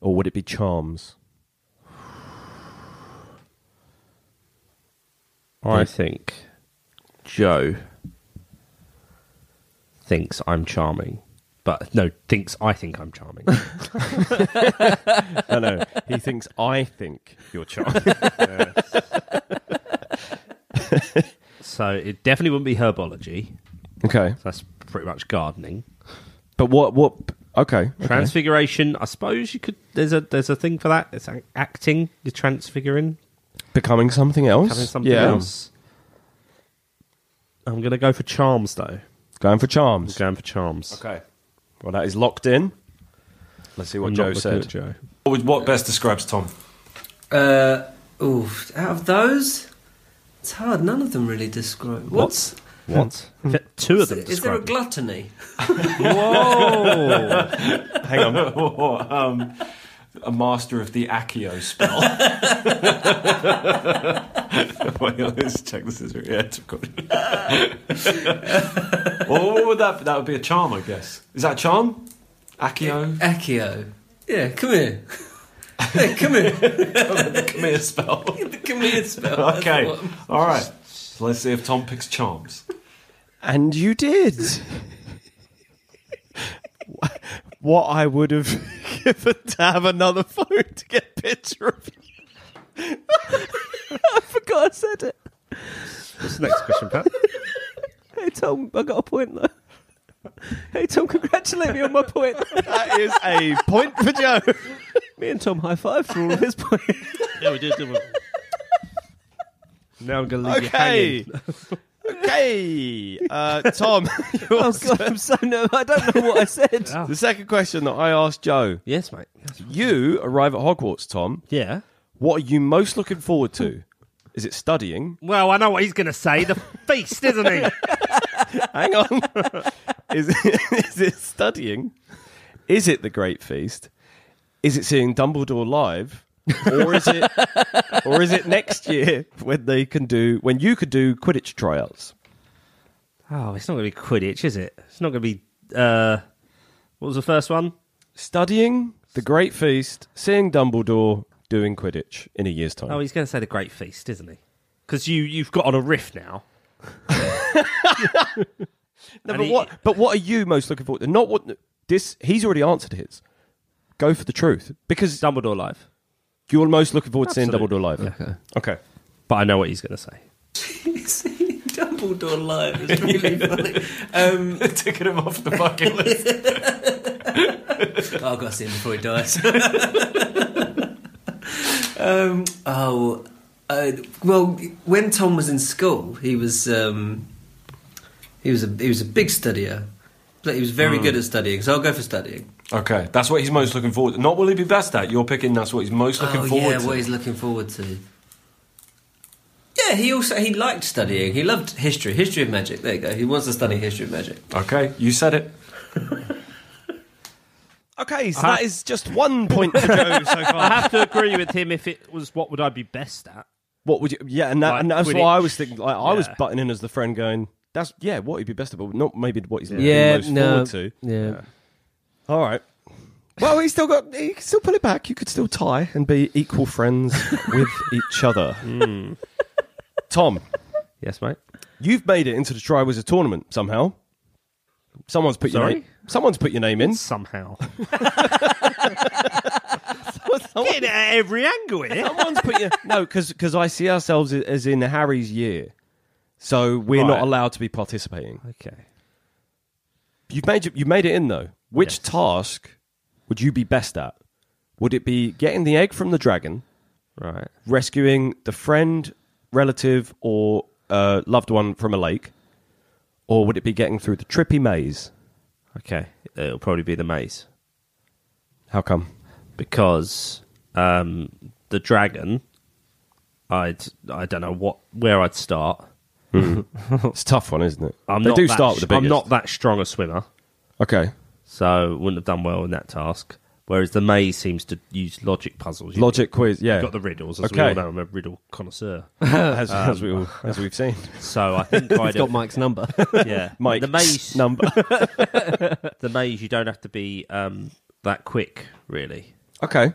Or would it be charms?
I think Joe thinks I'm charming, but no, thinks I think I'm charming.
No, no. he thinks I think you're charming.
so it definitely wouldn't be herbology.
okay.
That's pretty much gardening.
But what, what, okay. okay.
Transfiguration, I suppose you could. There's a there's a thing for that. It's ac- acting. You're transfiguring,
Becoming something else?
having something else. I'm gonna go for charms though.
Going for charms.
Going for charms.
Okay. Well, that is locked in. Let's see what
I'm not
Joe
looking
said.
at Joe.
What, would- what best describes Tom?
Uh,
Oof, out of those, it's hard. None of them really describe. What's.
What? Two of them.
Is there a
describe me.
gluttony?
Whoa!
Hang on.
Or, um, a master of the Accio spell. Wait, let's check this is yeah, it's recording. well, what would that that would be a charm, I guess. Is that a charm? Accio,
Accio. Yeah, come here. Yeah, come here.
come here spell.
come here spell. That's
Okay,
what-
all right. So let's see if Tom picks charms.
And you did. what I would have given to have another phone to get a picture of you.
forgot I said it.
What's the next question, Pat?
Hey Tom, I got a point though. Hey Tom, congratulate me on my point.
That is a point for Joe.
me and Tom high five for all of his points.
yeah, we did. do one. Now I'm gonna leave you
Okay.
hanging.
okay. Uh, Tom,
Oh god, I'm so nervous. I don't know what I said.
the second question that I asked Joe.
Ah, Yes, mate.
You arrive at Hogwarts, Tom.
Yeah.
What are you most looking forward to? Is it studying?
Well, I know what he's gonna say. The feast, isn't he?
Hang on. is, it, is it studying? Is it the Great Feast? Is it seeing Dumbledore live? or is it or is it next year when they can do when you could do Quidditch tryouts?
Oh, it's not going to be Quidditch, is it? It's not going to be. Uh, what was the first one?
Studying the Great Feast, seeing Dumbledore doing Quidditch in a year's time.
Oh, he's going to say the Great Feast, isn't he? Because you you've got on a riff now.
No,
and
but
he-
what but what are you most looking forward to? Not what this he's already answered his. Go for the truth. Because
Dumbledore live,
you're most looking forward to seeing
Absolutely.
Dumbledore live. Okay. okay.
but I know what he's going to say.
See, Dumbledore live is really funny. Um,
Taking him off the bucket list.
oh, I've got to see him before he dies. um, oh, uh, well, when Tom was in school, he was um, he was a he was a big studier. Like, He was
Hmm.
very good at studying, so I'll go for studying.
Okay, that's what he's most looking forward to. Not will he be best at. You're picking that's what he's most looking
oh
forward
yeah,
to.
what he's looking forward to. Yeah, he also he liked studying. He loved history, history of magic. There you go. He wants to study history of magic.
Okay, you said it.
Okay, so that is just one point for Joe so
I
far.
have to agree with him. If it was what would I be best at?
What would you? Yeah, and, that,
Like
and that's what I
Quidditch.
was thinking. Like, I was
Yeah.
butting in as the friend, going, "That's yeah, what he'd be best at, but not maybe what he's looking
Yeah,
most
no.
forward to."
Yeah.
All right. Well, he's still got. He can still pull it back. You could still tie and be equal friends with each other. Hmm. Tom,
Yes, mate.
you've made it into the Triwizard tournament somehow. Someone's put your
Sorry?
name. Someone's put your name in.
Somehow. Getting it at every angle here.
Someone's put your no, because I see ourselves a- as in Harry's year, so we're not
Right.
allowed to be participating.
Okay.
You've made you made it in though. Which task would you be best at? Would it be getting the egg from the dragon,
Right.
rescuing the friend, relative, or uh, loved one from a lake, or would it be getting through the trippy maze?
Okay. It'll probably be the maze
How come?
because um, the dragon. I'd I don't know what where I'd start.
It's a tough one, isn't it?
I'm
they
not
do
that
start with the
sh-
biggest.
I'm not that strong a swimmer,
okay.
so wouldn't have done well in that task. Whereas the maze seems to use logic puzzles. You-
Logic quiz, yeah.
You've got the riddles. As
Okay.
we all know, I'm a riddle connoisseur. Uh,
as, as, we all, as we've seen.
So I think I'd
It's got
have-
Mike's number.
yeah.
Mike,
the maze
number.
the maze you don't have to be um, that quick really.
okay.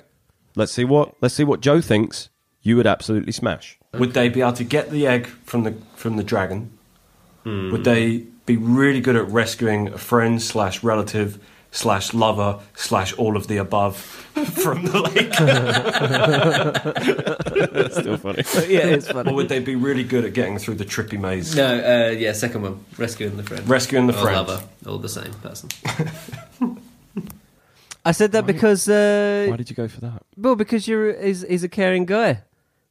Let's see what let's see what Joe thinks you would absolutely smash.
Would they be able to get the egg from the from the dragon? Would they be really good at rescuing a friend slash relative slash lover slash all of the above from the lake?
Still funny.
yeah, it's funny.
or would they be really good at getting through the trippy maze?
No, uh, yeah, second one. Rescuing the friend.
Rescuing the
or
friend.
lover. All the same person.
I said that because uh,
Why did you go for that?
well, because you're is is a caring guy.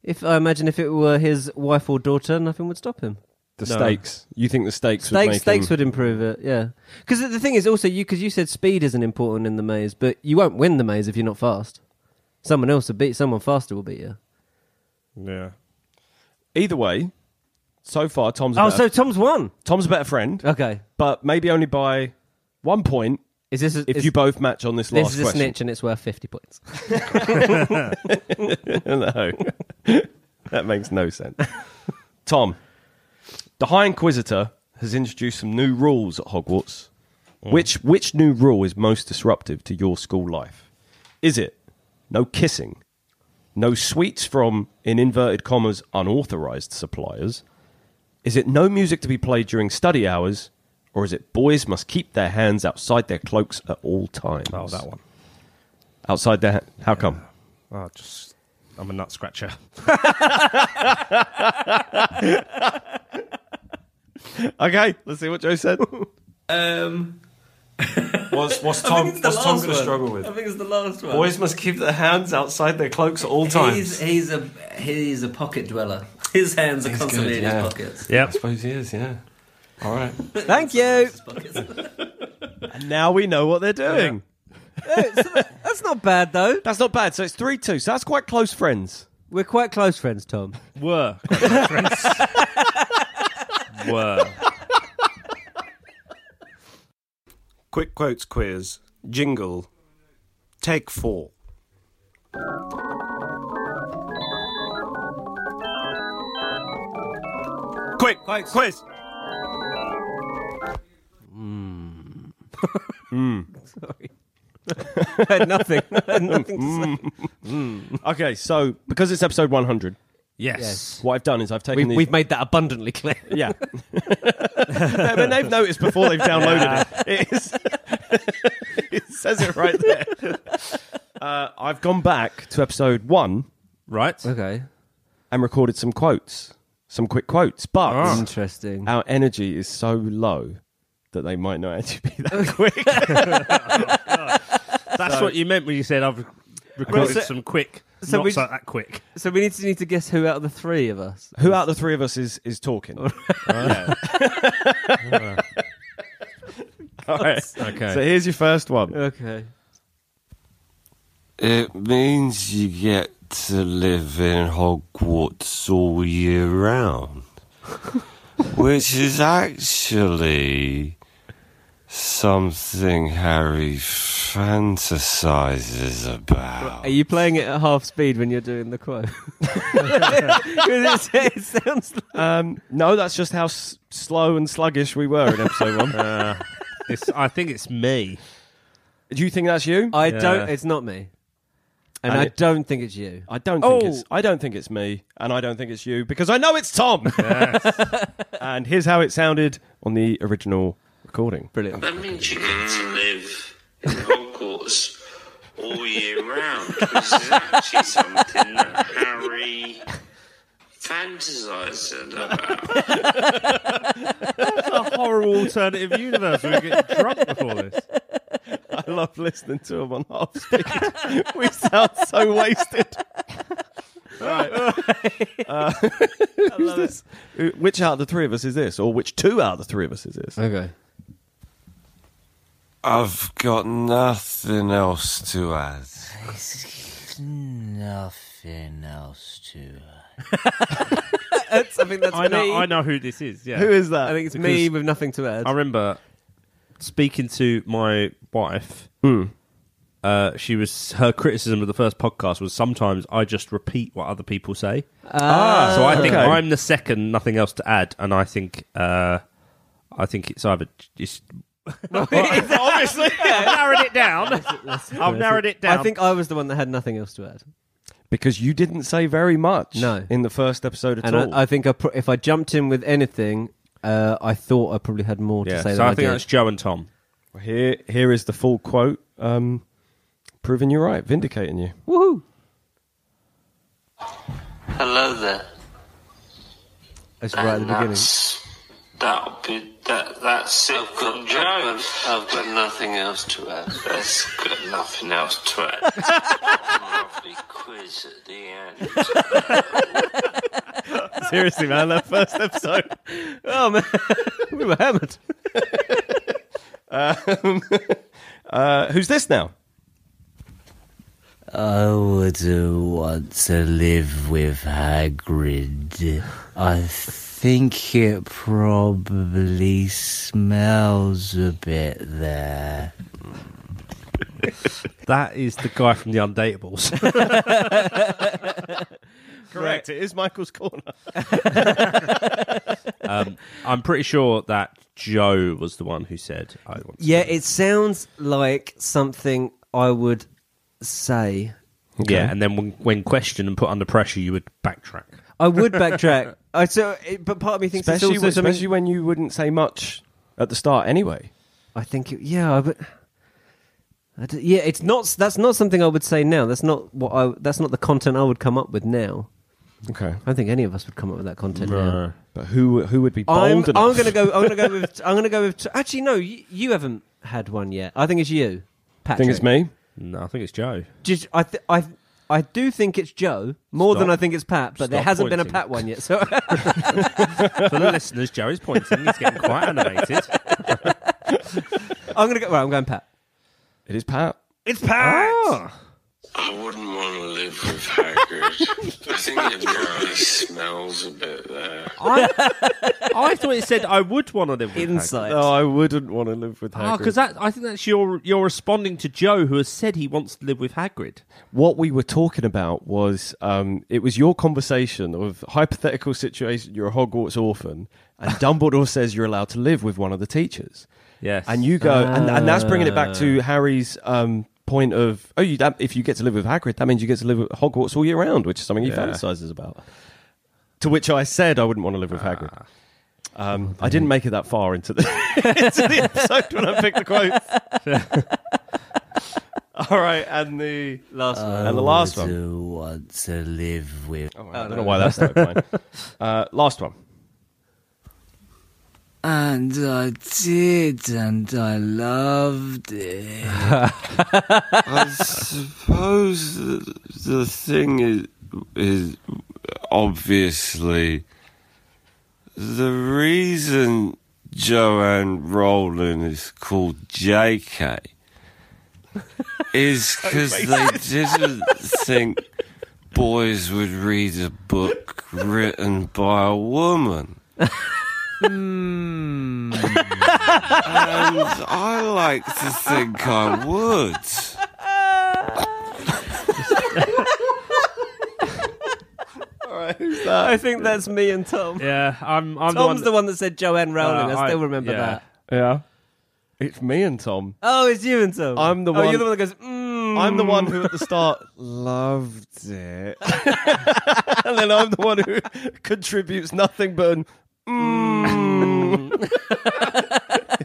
If I imagine if it were his wife or daughter, nothing would stop him.
The
No.
stakes. You think the stakes would
Stakes,
make
stakes
him-
would improve it, yeah. Because the thing is also you, because you said speed isn't important in the maze, but you won't win the maze if you're not fast. Someone else will beat someone faster will beat you.
Yeah.
Either way, so far Tom's a
Oh,
better,
so Tom's won.
Tom's a better friend,
Okay,
but maybe only by one point
is this a,
if
is-
you both match on this,
this
last
is a
question.
snitch and it's worth fifty points.
no. that makes no sense. Tom, the High Inquisitor has introduced some new rules at Hogwarts. Which which new rule is most disruptive to your school life? Is it no kissing, no sweets from in inverted commas unauthorized suppliers? Is it no music to be played during study hours, or is it boys must keep their hands outside their cloaks at all times?
Oh, that one.
Outside their ha- how come?
Oh, just I'm a nut scratcher.
Okay, let's see what Joe said.
Um,
What's, what's
I think
Tom,
it's the
what's
last
Tom going to
one.
struggle with?
I think it's the last one.
Boys must keep their hands outside their cloaks at all
He's,
times.
he's a he's a pocket dweller. His hands are
He's
constantly
good,
in
yeah.
his pockets.
Yep.
suppose Oh, he is, yeah. All right.
Thank you.
His pockets.
Now we know what they're doing.
That's not bad though.
That's not bad. So it's 3 2. So that's quite close friends.
We're quite close friends, Tom.
Were. quite good friends. Were.
Quick quotes quiz. Jingle. Take four. Quick quotes quiz.
I had nothing. I had nothing to say.
Okay, so because it's episode 100,
Yes.
Yes.
what I've done is I've taken
We've,
these.
we've made that abundantly clear.
yeah. I mean, they've noticed before they've downloaded it. It, is, it says it right there. Uh, I've gone back to episode one
Right.
Okay.
and recorded some quotes, some quick quotes, but
Interesting.
our energy is so low that they might not actually be that quick.
That's what you meant when you said I've rec- recorded
so-
some quick,
so
not
we-
so that quick.
So we need to need to guess who out of the three of us.
Who out of the three of us is, is talking? All right.
Okay.
So here's your first one.
Okay.
It means you get to live in Hogwarts all year round, which is actually something Harry fantasizes about.
Are you playing it at half speed when you're doing the quote? 'Cause it's- it sounds like
Um, no, that's just how s- slow and sluggish we were in episode one.
It's, I think it's me.
Do you think that's you?
I
Yeah.
don't. It's not me, and
And
I
it-
don't think it's you.
I don't think it's I don't think it's me, and I don't think it's you because I know it's Tom. and here's how it sounded on the original recording.
Brilliant.
That means you get to live in Hogwarts all year round, which is actually something that Harry fantasizing about.
That's a horrible alternative universe. We were getting drunk before this.
I love listening to them on half speed. we sound so wasted. Uh, who's this? Who- Which out of the three of us is this, or which two out of the three of us is this?
Okay.
I've got nothing else to add.
Nothing else to.
That's- I think that's
I know,
me.
I know who this is. Yeah.
I think it's me with nothing to add.
I remember speaking to my wife. Uh, she was her criticism of the first podcast was sometimes I just repeat what other people say.
Ah,
so I think
okay.
I'm the second, nothing else to add, and I think uh, I think it's either it's obviously, narrowed it down. I've narrowed it down.
I think I was the one that had nothing else to add.
Because you didn't say very much
No.
in the first episode at
and
all.
I, I think I pro- if I jumped in with anything, uh, I thought I probably had more to
Yeah,
say.
so
than
I
I
think
did.
that's
Joe and Tom.
Here, here is the full quote, um, proving you're right, vindicating you.
Woohoo!
Hello there.
That's right at the beginning.
That'll be that. That's it. I've got, I've got- I've got nothing else to add. That's got nothing else to add. Lovely quiz at the end.
Seriously, man, that first episode.
Oh man, we were hammered.
um, uh, who's this now?
I would uh, want to live with Hagrid. I think it probably smells a bit there.
that is the guy from the Undateables.
Correct. It is Michael's corner.
um, I'm pretty sure that Joe was the one who said I want.
Yeah, it sounds like something I would say.
Yeah, and then when, when questioned and put under pressure, you would backtrack.
I would backtrack. I so, it, but part of me thinks
especially,
it's also something.
especially when you wouldn't say much at the start anyway.
I think, it, yeah, but I d yeah, it's not. That's not something I would say now. That's not what I. That's not the content I would come up with now.
Okay, I
don't think any of us would come up with that content now.
But who who would be bold
I'm,
enough?
I'm gonna go. I'm gonna go with. I'm gonna go with. Actually, no, you, you haven't had one yet. I think it's you, Patrick.
think it's me.
No, I think it's Joe.
Just, I, th- I, I do think it's Joe more than
Stop.
I think it's Pat, but there
Stop
hasn't been a
pointing.
Pat one yet. So
For the listeners, Joe is pointing. He's getting quite animated.
I'm gonna go. Well, I'm going Pat.
It is Pat.
It's Pat.
I wouldn't want to live with Hagrid. I think it probably smells a bit there.
I, I thought it said I would want to live with
Insight.
No, I wouldn't want to live with Hagrid.
Oh, because that I think that's your you're responding to Joe who has said he wants to live with Hagrid.
what we were talking about was um, it was your conversation of hypothetical situation. You're a Hogwarts orphan, and Dumbledore says you're allowed to live with one of the teachers.
Yes, Ah.
and you go, and, and that's bringing it back to Harry's um, point of oh, you, that, if you get to live with Hagrid, that means you get to live with Hogwarts all year round, which is something he
Yeah.
fantasizes about. To which I said I wouldn't want to live
Ah.
with Hagrid. Um, I didn't make it that far into the, into the episode when I picked the quotes. All right, and the last
I
and the last
would,
one.
uh, want to live with.
Oh, I don't know why that's not mine. Uh, last one.
And I did, and I loved it.
I suppose the, the thing is, is obviously the reason Joanne Rowland is called JK is because they didn't think boys would read a book written by a woman. and I like to think I would.
All right, I think that's me and Tom.
Yeah, I'm.
Tom's
I'm
the one, that...
the
said Joanne Rowling.
Uh,
I
I-
still remember
yeah.
that.
Yeah, it's me and Tom.
Oh, it's you and Tom.
I'm the
Oh,
one.
you're the one that goes. Mm.
I'm the one who at the start loved it, and then I'm the one who contributes nothing but an mmm.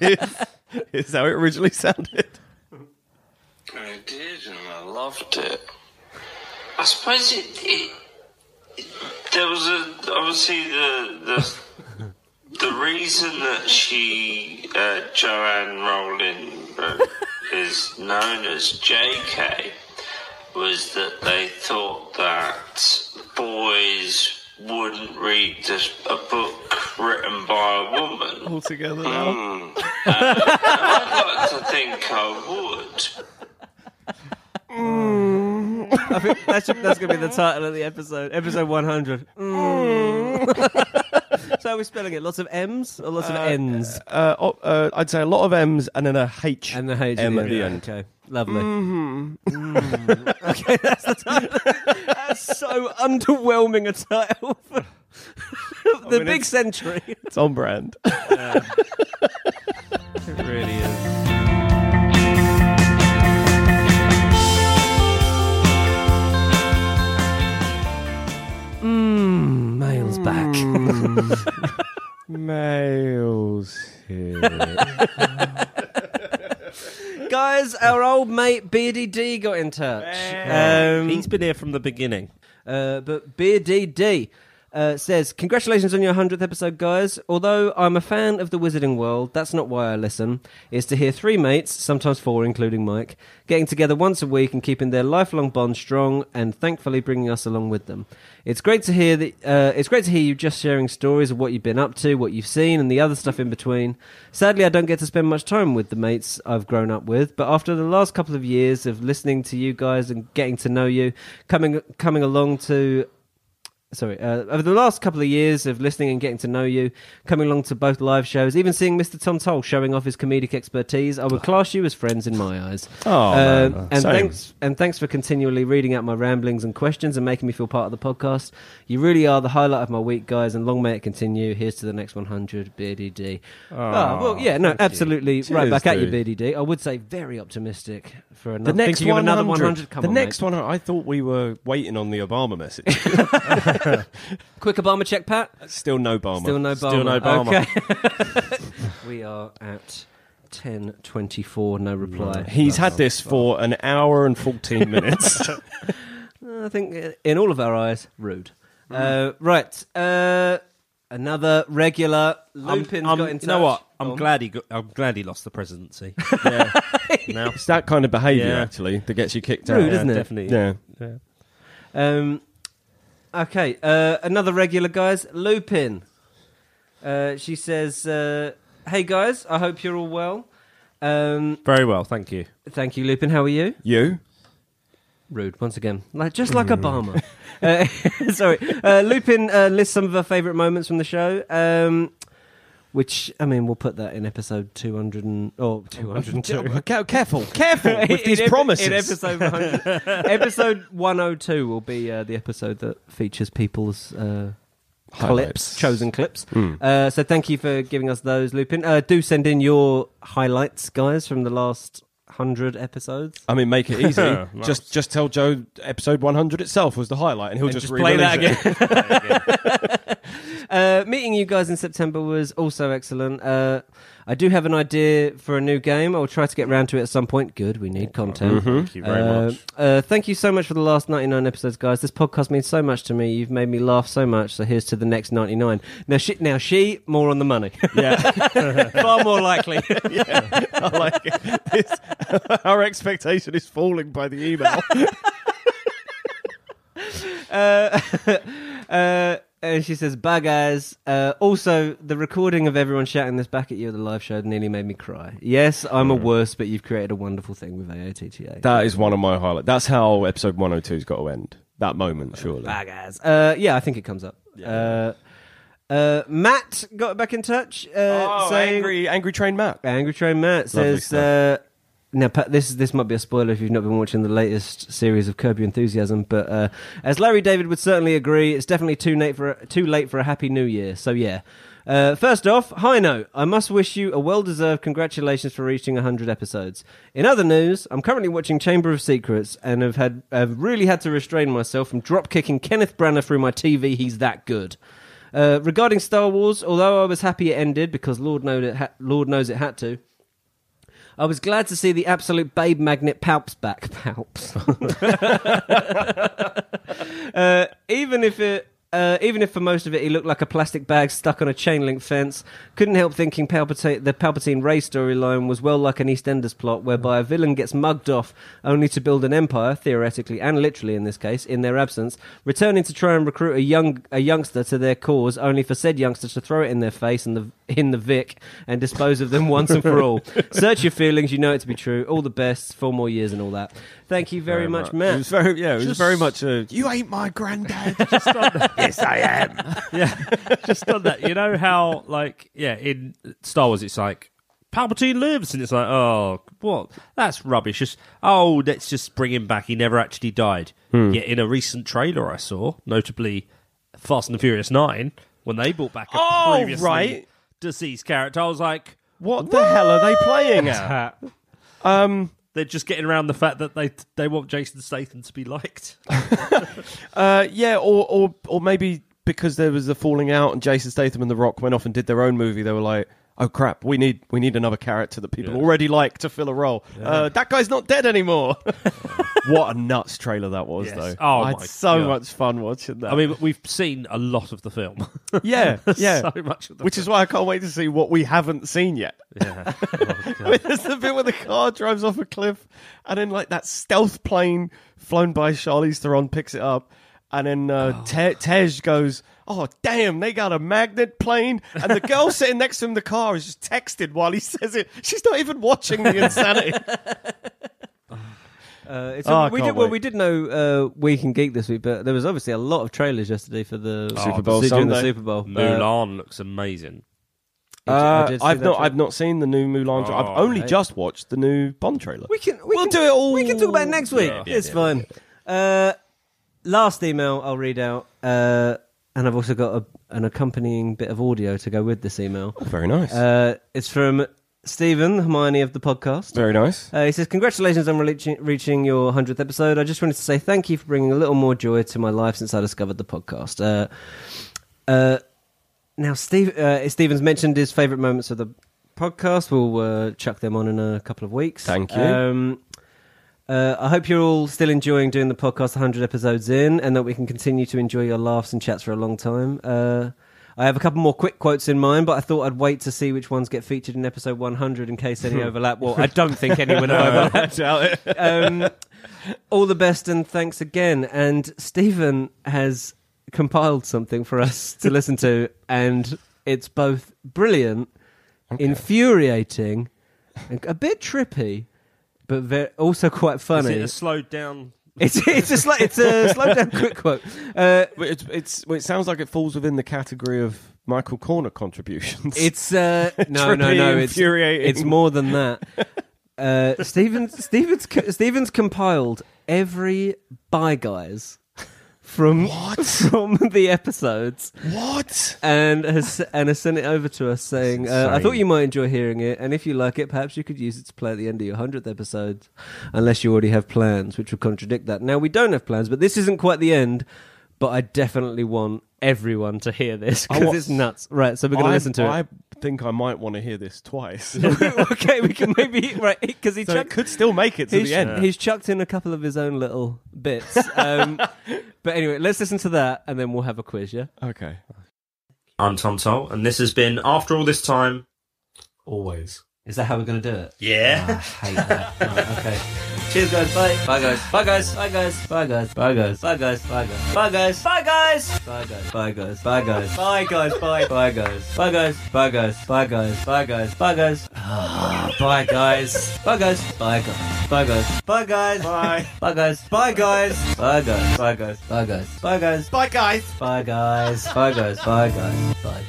is, is how it originally sounded.
I did, and I loved it. I suppose it, it, it there was a, obviously the the the reason that she uh, Joanne Rowling uh, is known as J.K. was that they thought that boys wouldn't read this, a book written by a woman.
All together
Mm. Uh, I'd like to think I would.
I think that's, that's going to be the title of the episode, episode 100. Mm. so, how are we spelling it? Lots of M's or lots of N's?
Uh, oh, uh, I'd say a lot of M's and then a H.
And the H at
M
the
at the
end.
end.
Okay, lovely.
Mhm.
Mm. okay, that's the title. that's so underwhelming a title for the
mean,
big
it's-
century.
It's on brand.
It really is. Mmm, mail's back.
Mm. Mails here.
Guys, our old mate Beardy D got in touch.
He's been here from the beginning.
Uh, but Beardy D uh, says, Congratulations on your 100th episode, guys. Although I'm a fan of the Wizarding World, that's not why I listen. It's to hear three mates, sometimes four, including Mike, getting together once a week and keeping their lifelong bond strong and thankfully bringing us along with them. It's great to hear that, uh, It's great to hear you just sharing stories of what you've been up to, what you've seen, and the other stuff in between. Sadly, I don't get to spend much time with the mates I've grown up with, but after the last couple of years of listening to you guys and getting to know you, coming coming along to sorry, uh, over the last couple of years of listening and getting to know you, coming along to both live shows, even seeing Mr. Tom Toll showing off his comedic expertise, I would class you as friends in my eyes.
Ah. Oh,
Uh,
man.
and
Same.
thanks and thanks for continually reading out my ramblings and questions and making me feel part of the podcast. You really are the highlight of my week, guys, and long may it continue. Here's to the next 100, Beardy D. Oh, well, yeah,
Ah,
no,
thank you.
absolutely, right
Cheers,
back at you,
dude.
Beardy D. I would say very optimistic for another.
The next
thinking of
one,
another 100. Come
the
on,
next one, I thought we were waiting on the Obama message.
mate. quick Obama check, Pat.
Still no Obama.
Still no Barmer.
Still no Barmer.
Okay. we are at 10.24, no reply.
He's had this for an hour and fourteen minutes.
I think uh, in all of our eyes, rude.
Mm.
Uh, right. Uh, another regular. Lupin's
I'm-
got in touch.
You know what? I'm
Oh.
glad he. Got, I'm glad he lost the presidency. No.
It's that kind of behaviour
Yeah.
actually that gets you kicked out.
Rude, isn't it?
Definitely.
Yeah.
Yeah.
Um, okay, uh, another regular, guys. Lupin. Uh, she says, uh, "Hey guys, I hope you're all well. Um,
Very well, thank you.
thank you, Lupin. How are you?
You?
Rude once again, like just like
Mm.
Obama. uh, sorry, uh, Lupin uh, lists some of her favourite moments from the show. Um, which I mean, we'll put that in episode two hundred and or two hundred and two.
Careful, careful
In
with these
epi-
promises.
In episode 100. episode 102 will be uh, the episode that features people's uh, clips,
Highlights.
chosen clips.
Mm.
Uh, so thank you for giving us those, Lupin. Uh, do send in your highlights, guys, from the last 100 episodes.
I mean, make it easy.
Nice.
Just just tell Joe episode 100 itself was the highlight, and he'll
And
just,
just play that
re-release it.
Uh, meeting you guys in September was also excellent. Uh, I do have an idea for a new game. I'll try to get round to it at some point. Good, we need content.
Mm-hmm. Thank you very
Uh,
much.
Uh, thank you so much for the last 99 episodes, guys. This podcast means so much to me. You've made me laugh so much. So here's to the next 99. Now, she, now she more on the money. Yeah, far more likely.
I like it. This- our expectation is falling by the email.
uh, uh, and she says, "Bye, guys." Uh, also, the recording of everyone shouting this back at you at the live show nearly made me cry. Yes, I'm a
Mm.
worse, but you've created a wonderful thing with AOTTA.
that is one of my highlights. That's how episode 102's got to end. That moment, surely.
Bye, guys. Uh, yeah, I think it comes up. Uh, uh, Matt got back in touch. Uh,
Oh,
saying,
angry, angry train Matt.
Angry Train Matt
Lovely
says, uh, now Pat, this this might be a spoiler if you've not been watching the latest series of Curb Your Enthusiasm, but uh, as Larry David would certainly agree, it's definitely too late for a, too late for a happy New Year. So yeah. Uh, first off, hi note. I must wish you a well-deserved congratulations for reaching 100 episodes. In other news, I'm currently watching Chamber of Secrets and have had have really had to restrain myself from drop kicking Kenneth Branagh through my TV. He's that good. Uh, regarding Star Wars, although I was happy it ended because Lord, know it ha- Lord knows it had to, I was glad to see the absolute babe magnet Palps back. Palps. uh, even if it. Uh, even if for most of it he looked like a plastic bag stuck on a chain link fence, couldn't help thinking Palpata- the Palpatine Ray storyline was well like an EastEnders plot whereby a villain gets mugged off only to build an empire, theoretically and literally in this case, in their absence, returning to try and recruit a young a youngster to their cause, only for said youngster to throw it in their face in the in the Vic and dispose of them once and for all. Search your feelings, you know it to be true. All the best, four more years and all that. Thank you very, much, Matt.
It was very, yeah, it was
Just-
very much a.
You
ain't my granddad.
yes, I am.
just done that. You know how, like, yeah, in Star Wars, it's like Palpatine lives, and it's like, oh, what? That's rubbish. Just oh, let's just bring him back. He never actually died.
Hmm.
Yet in a recent trailer I saw, notably Fast and the Furious Nine, when they brought back a
Oh,
previously
right.
deceased character, I was like,
What the hell are they playing at? Um,
They're just getting around the fact that they they want Jason Statham to be liked.
Uh, yeah, or, or or maybe because there was the falling out and Jason Statham and The Rock went off and did their own movie, they were like, "Oh crap, we need we need another character that people already like to fill a role." Uh, that guy's not dead anymore. what a nuts trailer that was,
Yes.
though.
Oh,
I had
my
so
God.
much fun watching that.
I mean, we've seen a lot of the film.
yeah, yeah,
so much of the
which is why I can't wait to see what we haven't seen yet.
Yeah. Oh,
I mean, there's the bit where the car drives off a cliff, and then like that stealth plane flown by Charlize Theron picks it up, and then
Oh.
uh, Te- Tej goes, "Oh damn, they got a magnet plane!" And the girl sitting next to him in the car is just texted while he says it. She's not even watching the insanity.
Uh, it's
Oh, I
we
can't
did, well,
wait.
we did know uh, Week in Geek this week, but there was obviously a lot of trailers yesterday for the
Oh,
Super
the
Bowl. during the
Sunday.
Super Bowl. Uh,
Mulan looks amazing.
I did- I
Uh,
did see
I've
that
not,
trailer.
I've not seen the new Mulan. tra- I've
Oh,
only
right.
just watched the new Bond trailer.
we can, we will do it all. We can talk about it next week. it's fine. Uh, last email I'll read out, uh, and I've also got a, an accompanying bit of audio to go with this email.
very nice.
Uh, it's from Stephen Hermione of the podcast.
Very nice.
Uh, he says, Congratulations on reaching, reaching your 100th episode. I just wanted to say thank you for bringing a little more joy to my life since I discovered the podcast. Uh, uh, now, Steve, uh, Stephen's mentioned his favourite moments of the podcast. We'll uh, chuck them on in a couple of weeks.
Thank you.
Um, uh, I hope you're all still enjoying doing the podcast 100 episodes in and that we can continue to enjoy your laughs and chats for a long time. Uh, I have a couple more quick quotes in mind, but I thought I'd wait to see which ones get featured in episode 100 in case any overlap. Well, I don't think any will
No,
overlap.
I doubt it.
Um, all the best and thanks again. And Stephen has compiled something for us to listen to, and it's both brilliant, infuriating, and a bit trippy, but ve- also quite funny.
Is it a slowed down?
It's it's a sli- it's a slow down quick quote. Uh,
But it's, it's, well, it sounds like it falls within the category of Michael Corner contributions.
It's uh, no, no,
Trippy,
no. It's
infuriating.
It's more than that. Uh, Stevens, Stevens, Stevens compiled every by guys from from the episodes.
What?
And has and has sent it over to us saying, uh, "I
insane.
thought you might enjoy hearing it, and if you like it, perhaps you could use it to play at the end of your hundredth episode, unless you already have plans, which would contradict that." Now we don't have plans, but this isn't quite the end. But I definitely want everyone to hear this
I
because
want-
it's nuts. Right, so we're going to
I-
listen to it.
I think I might want to hear this twice.
okay, we can maybe right because he
So it
chucked,
could still make it to
he's,
the end.
He's chucked in a couple of his own little bits. Um, but anyway, let's listen to that and then we'll have a quiz. Yeah.
Okay.
I'm Tom Toll, and this has been After All This Time.
Always. Is that how we're going to do it?
Yeah.
Ah.
I hate that. Right, okay. Cheers, guys. Bye. Bye, guys. Bye, guys. Bye, guys. Bye, guys. Bye, guys. Bye, guys. Bye, guys. Bye, guys. Bye, guys. Bye, guys. Bye, guys. Bye, guys. Bye, guys. Bye. Bye, guys. Bye, guys. Bye, guys. Bye, guys. By guys. Bye, guys. Ah, Bye, guys. Bye, guys. Bye, guys. Bye, guys. Bye, guys. Bye. Bye, guys. Bye, guys. Bye, guys. Bye, guys. Bye, guys. Bye, guys. Bye, guys. Bye, guys. Bye, guys. Bye, guys. Bye, guys. Bye, guys. Bye, guys. Bye, guys. Bye,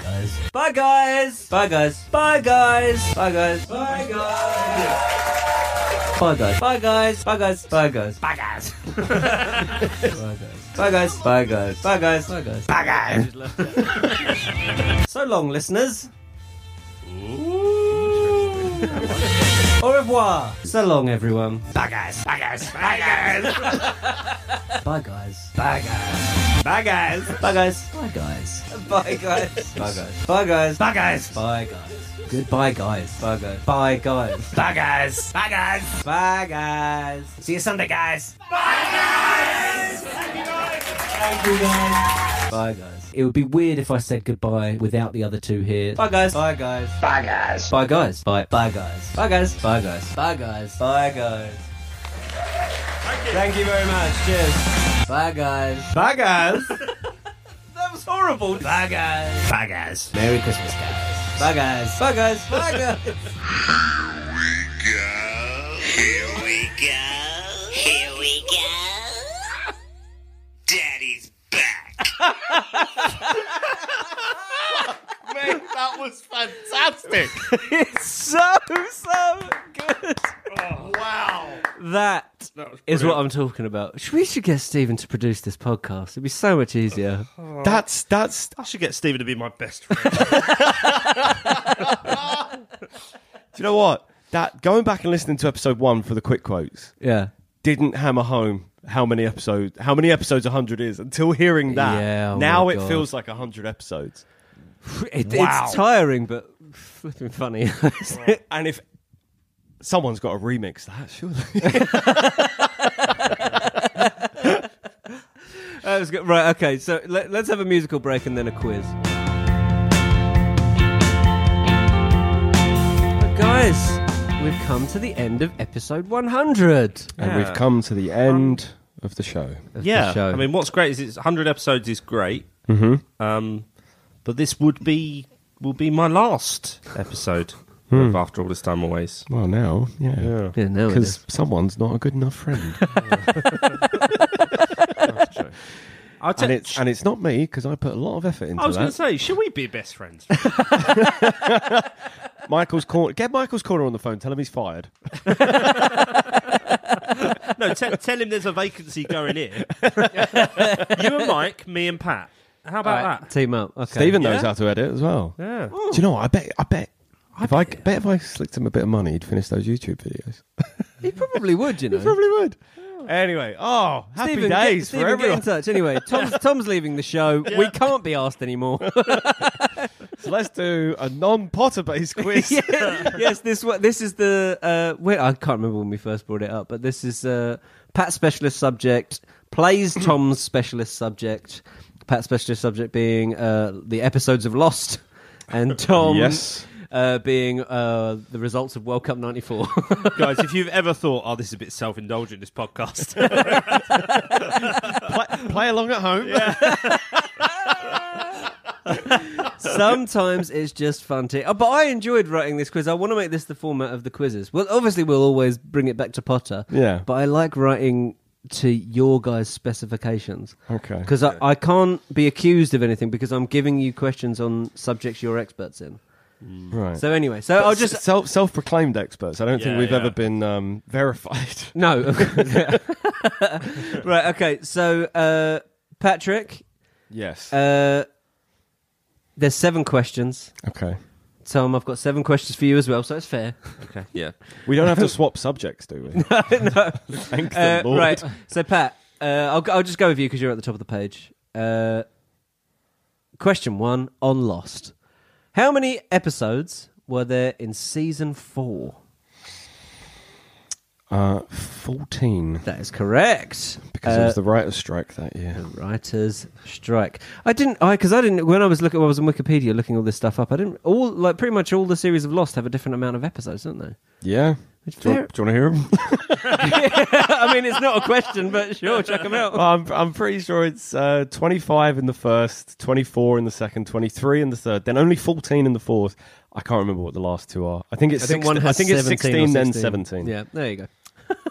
guys. Bye, guys. Bye guys. Bye guys. Bye guys. Bye guys. Bye guys. Bye guys. Bye guys. Bye guys. Bye guys. Bye guys.
So long, listeners. Au revoir. So long, everyone.
Bye guys. Bye guys. Bye guys.
Bye guys.
Bye guys. Bye guys.
Bye guys.
Bye guys.
Bye guys.
Bye guys.
Bye guys.
Bye guys.
Bye guys. Goodbye guys. Bye guys. Bye guys.
Bye guys. Bye guys.
Bye guys.
See you Sunday, guys. Bye guys. Thank you, guys. Bye, guys.
It would be weird if I said goodbye without the other two here. Bye, guys. Bye, guys. Bye, guys. Bye, guys. Bye, bye, guys. Bye, guys. Bye, guys.
Bye, guys. Bye, guys. Thank you. Thank you very much. Cheers. Bye, guys.
Bye, guys.
That was horrible. Bye, guys.
Bye, guys. Merry Christmas, guys.
Bye, guys. Bye, guys. Bye, guys.
Here we go. Here we go. Daddy's back.
Mate, that was fantastic.
it's so, so good.
wow.
That
That was
is what I'm
brilliant.
talking about. Should- We should get Stephen to produce this podcast. It'd be so much easier.
That's- that's. I should get Stephen to be my best friend.
Do you know what? That going back and listening to episode one for the quick quotes.
Yeah.
Didn't hammer home how many episodes how many episodes hundred is until hearing that.
Yeah, oh
now
my
it
God.
feels like hundred episodes.
It- It's tiring, but flipping funny.
and if someone's got to remix that, surely.
That was good. Right, okay, so let, let's have a musical break and then a quiz. But guys, we've come to the end of episode 100.
And we've come to the end of the show.
yeah, I mean, what's great is it's 100 episodes is great.
Mhm.
Um, but this would be will be my last episode
Hmm.
of After All This Time Always.
Well, now, yeah,
Yeah. Yeah, now it
because someone's not a good enough friend.
I'll
and it's and it's not me because I put a lot of effort into
I was going
that.
to say, should we be best friends?
Michael's corner. Get Michael's corner on the phone. Tell him he's fired.
no, te- tell him there's a vacancy going here. you and Mike, me and Pat. How about
Alright,
that?
Team up. Okay.
Stephen knows
Yeah?
how to edit as well.
Yeah.
Do you know? What? I bet. I bet. if I bet. if I slicked him a bit of money, he'd finish those YouTube videos.
He probably would, you know.
probably would. Anyway, oh, happy
Stephen,
days
get,
for
Stephen,
everyone.
Get in touch. Anyway, Tom's, Tom's leaving the show. We can't be asked anymore.
so let's do a non-Potter based quiz.
yes, this one. This is the. Uh, wait, I can't remember when we first brought it up, but this is uh, Pat's specialist subject plays Tom's specialist subject. Pat's specialist subject being uh, the episodes of Lost, and Tom.
Yes.
Uh, being uh, the results of World Cup '94.
Guys, if you've ever thought, oh, this is a bit self indulgent, this podcast.
play, play along at home.
Sometimes it's just fun to. Oh, but I enjoyed writing this quiz. I want to make this the format of the quizzes. Well, obviously, we'll always bring it back to Potter.
Yeah.
But I like writing to your guys' specifications.
Okay.
Because I, I can't be accused of anything because I'm giving you questions on subjects you're experts in.
Right.
So anyway, so
But
I'll
s-
just.
self self-proclaimed experts. I don't think
Yeah,
we've
yeah.
ever been um, verified.
No. right. Okay. So, uh, Patrick.
Yes.
Uh, there's seven questions.
Okay.
Tom, I've got seven questions for you as well, so it's fair.
Okay. Yeah.
We don't have to swap subjects, do we?
no, no.
Thank the
Uh,
Lord.
Right. So, Pat, uh, I'll, go- I'll just go with you because you're at the top of the page. Uh, question one on Lost. How many episodes were there in season four?
Uh, fourteen.
That is correct.
Because it
Uh,
was the writer's strike that year.
Writers strike. I didn't. I because I didn't. When I was looking, when I was on Wikipedia looking all this stuff up. I didn't. All like pretty much all the series of Lost have a different amount of episodes, don't they?
Yeah.
It's
Do you,
fair-
want, to hear them?
I mean, it's not a question, but sure, check them out.
I'm, I'm pretty sure it's uh, 25 in the first, 24 in the second, 23 in the third, then only 14 in the fourth. I can't remember what the last two are. I think it's
I think
16,
one has
I think it's
17 or
16 then
16.
17.
Yeah, there you go.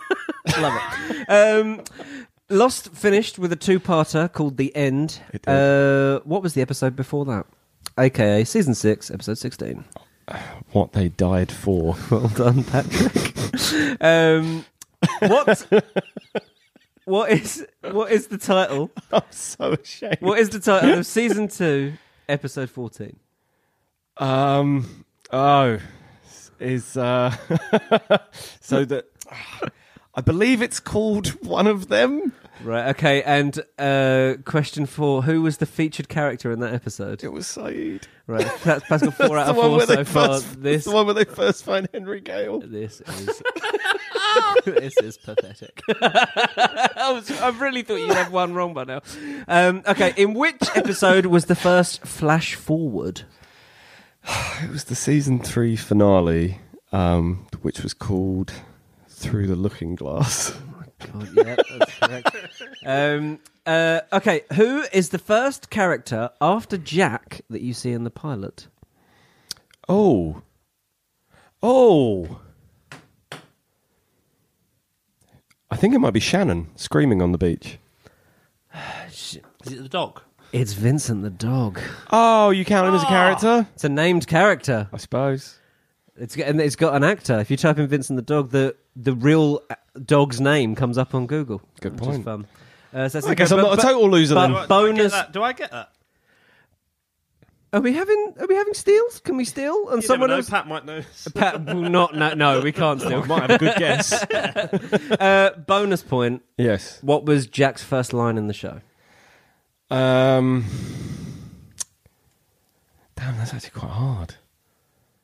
Love it. Um, Lost finished with a two-parter called "The End." Uh, what was the episode before that? AKA season six, episode sixteen.
What they died for.
Well done, Patrick. um, what? what is what is the title?
I'm so ashamed.
What is the title of season two, episode fourteen?
Um. Oh, is uh. so that I believe it's called one of them.
Right. Okay. And uh, question four: Who was the featured character in that episode? It
was Saeed.
Right. That's Pascal four out of four so far.
first,
This
the one where they first find Henry Gale.
This is this is pathetic. I, was, I really thought you'd have one wrong by now. Um, okay, in which episode was the first flash forward?
It was the season three finale, um, which was called Through the Looking Glass.
God, yeah, that's correct. Um, uh, okay, who is the first character after Jack that you see in the pilot?
Oh. Oh. I think it might be Shannon screaming on the beach.
Is it the dog?
It's Vincent the dog.
Oh, you count him as a character?
It's a named character, I
suppose.
It's got- and it's got an actor. If you type in Vincent the dog, the the real uh, dog's name comes up on Google. Good which Is
point.
fun. Uh, so that's
I guess I'm not a total loser
but
then. Do I- do I
bonus.
Get that- Do I get that?
Are we having Are we having steals? Can we steal? And
You
someone
never know,
else.
Pat might know.
Pat will not know. No, we can't steal.
Might have a good guess.
uh, bonus point.
Yes.
What was Jack's first line in the show?
Um, damn, that's actually quite hard.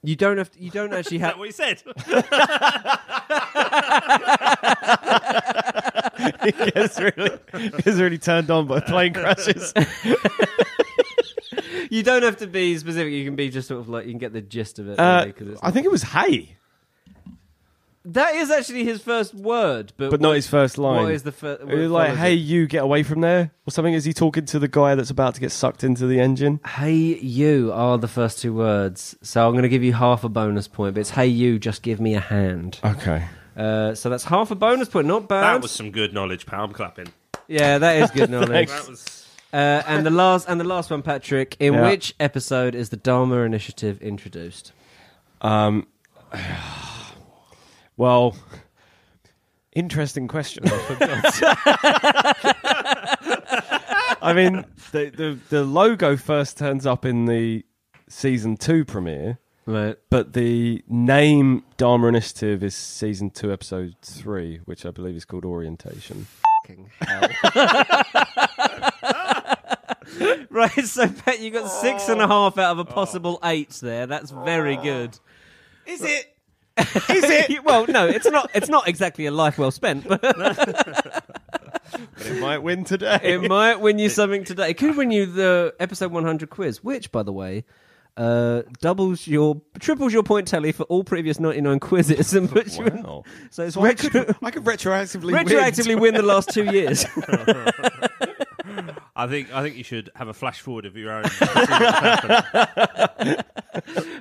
You don't have. To, you don't actually have.
Is that what
he gets really, gets really turned on by plane crashes.
you don't have to be specific. You can be just sort of like you can get the gist of it.
Uh,
really, 'cause it's
I think it was "Hey."
that is actually his first word, but
but not
what-
his first line.
What is the first?
It was like, "Hey, you get away from there," or something. Is he talking to the guy that's about to get sucked into the engine?
Hey, you are the first two words, so I'm going to give you half a bonus point. But it's hey, you just give me a hand.
Okay.
Uh, so that's half a bonus point. Not bad.
That was some good knowledge, pal. I'm clapping.
Yeah, that is good knowledge.
That was-
uh, and the last and the last one, Patrick. In
Yeah.
which episode is the Dharma Initiative introduced?
Um, well, interesting question. for God's sake. I mean, the, the the logo first turns up in the season two premiere,
right?
But the name Dharma Initiative is season two, episode three, which I believe is called Orientation.
right, so Pat, you got six and a half out of a possible eight there. That's very good.
Is it?
Is it? well, no, it's not. It's not exactly a life well spent, but,
it might win today.
It might win you something today. It could win you the episode 100 quiz, which, by the way. Uh, doubles your triples your point tally for all previous 99 quizzes and puts you in.
Wow.
So it's
So I
retro-
could- I could retroactively win.
retroactively win the last two years.
I think I think you should have a flash forward of your own.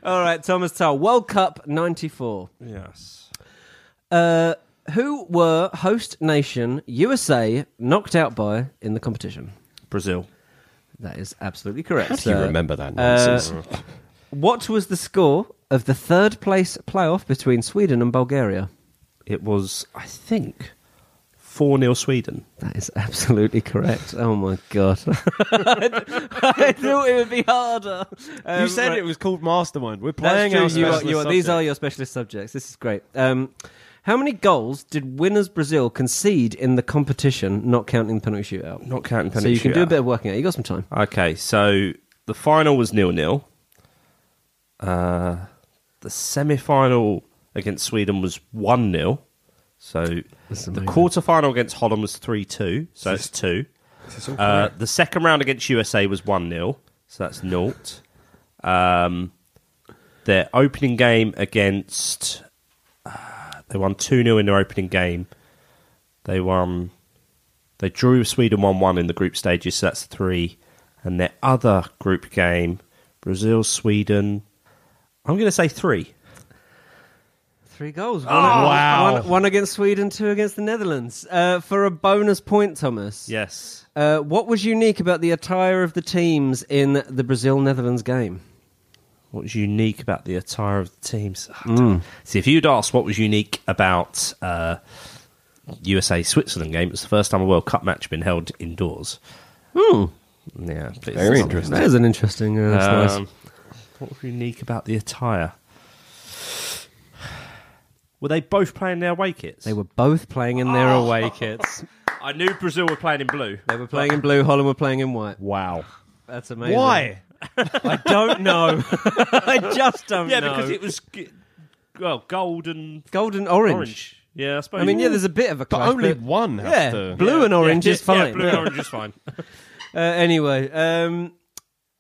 All right, Thomas Tull, World Cup 94.
Yes.
Uh, who were host nation USA knocked out by in the competition?
Brazil.
That is absolutely correct.
How do you
sir.
remember that
Uh,
nonsense?
what was the score of the third place playoff between Sweden and Bulgaria?
It was, I think, 4 0 Sweden.
That is absolutely correct. Oh my god. I thought it would be harder. Um,
you said
right.
it was called Mastermind. We're
That's
playing
true,
our
you are-
specialist
you are- These
subject.
are your specialist subjects. This is great. Um, how many goals did winners Brazil concede in the competition, not counting the penalty shootout?
Not counting
So
penalty
you can do a
shootout.
bit of working out. You got some time.
Okay, so the final was nil nil. Uh, the semi final against Sweden was 1 0. So the quarter final against Holland was 3 2. So that's 2.
this is all
Uh,
correct.
the second round against USA was 1 0. So that's naught. Um, their opening game against. Uh, they won 2 0 in their opening game. They won. They drew with Sweden 1 1 in the group stages, so that's three. And their other group game, Brazil, Sweden, I'm going to say three.
Three goals. One,
Oh, wow.
One, one against Sweden, two against the Netherlands. Uh, for a bonus point, Thomas.
Yes.
Uh, what was unique about the attire of the teams in the Brazil Netherlands game?
What was unique about the attire of the teams? Ah,
Mm.
See, if you'd asked what was unique about uh, USA Switzerland game, it's the first time a World Cup match been held indoors.
Hmm.
Yeah, but it's-
Very interesting. That is an interesting, uh,
Um,
that's nice.
What was unique about the attire? Were they both playing their away kits?
They were both playing in their
Oh.
away kits.
I knew Brazil were playing in blue.
They were Playing in blue, Holland were playing in white.
Wow.
That's amazing.
Why?
I don't know. I just don't
yeah,
know.
because it was g- well, golden,
golden orange.
orange. Yeah, I suppose.
I mean, yeah, there's a bit of a
But
clash,
only
but-
one has
yeah,
to-
blue
Yeah.
and orange
Yeah,
is
yeah,
fine.
blue and orange is fine.
uh, anyway, um,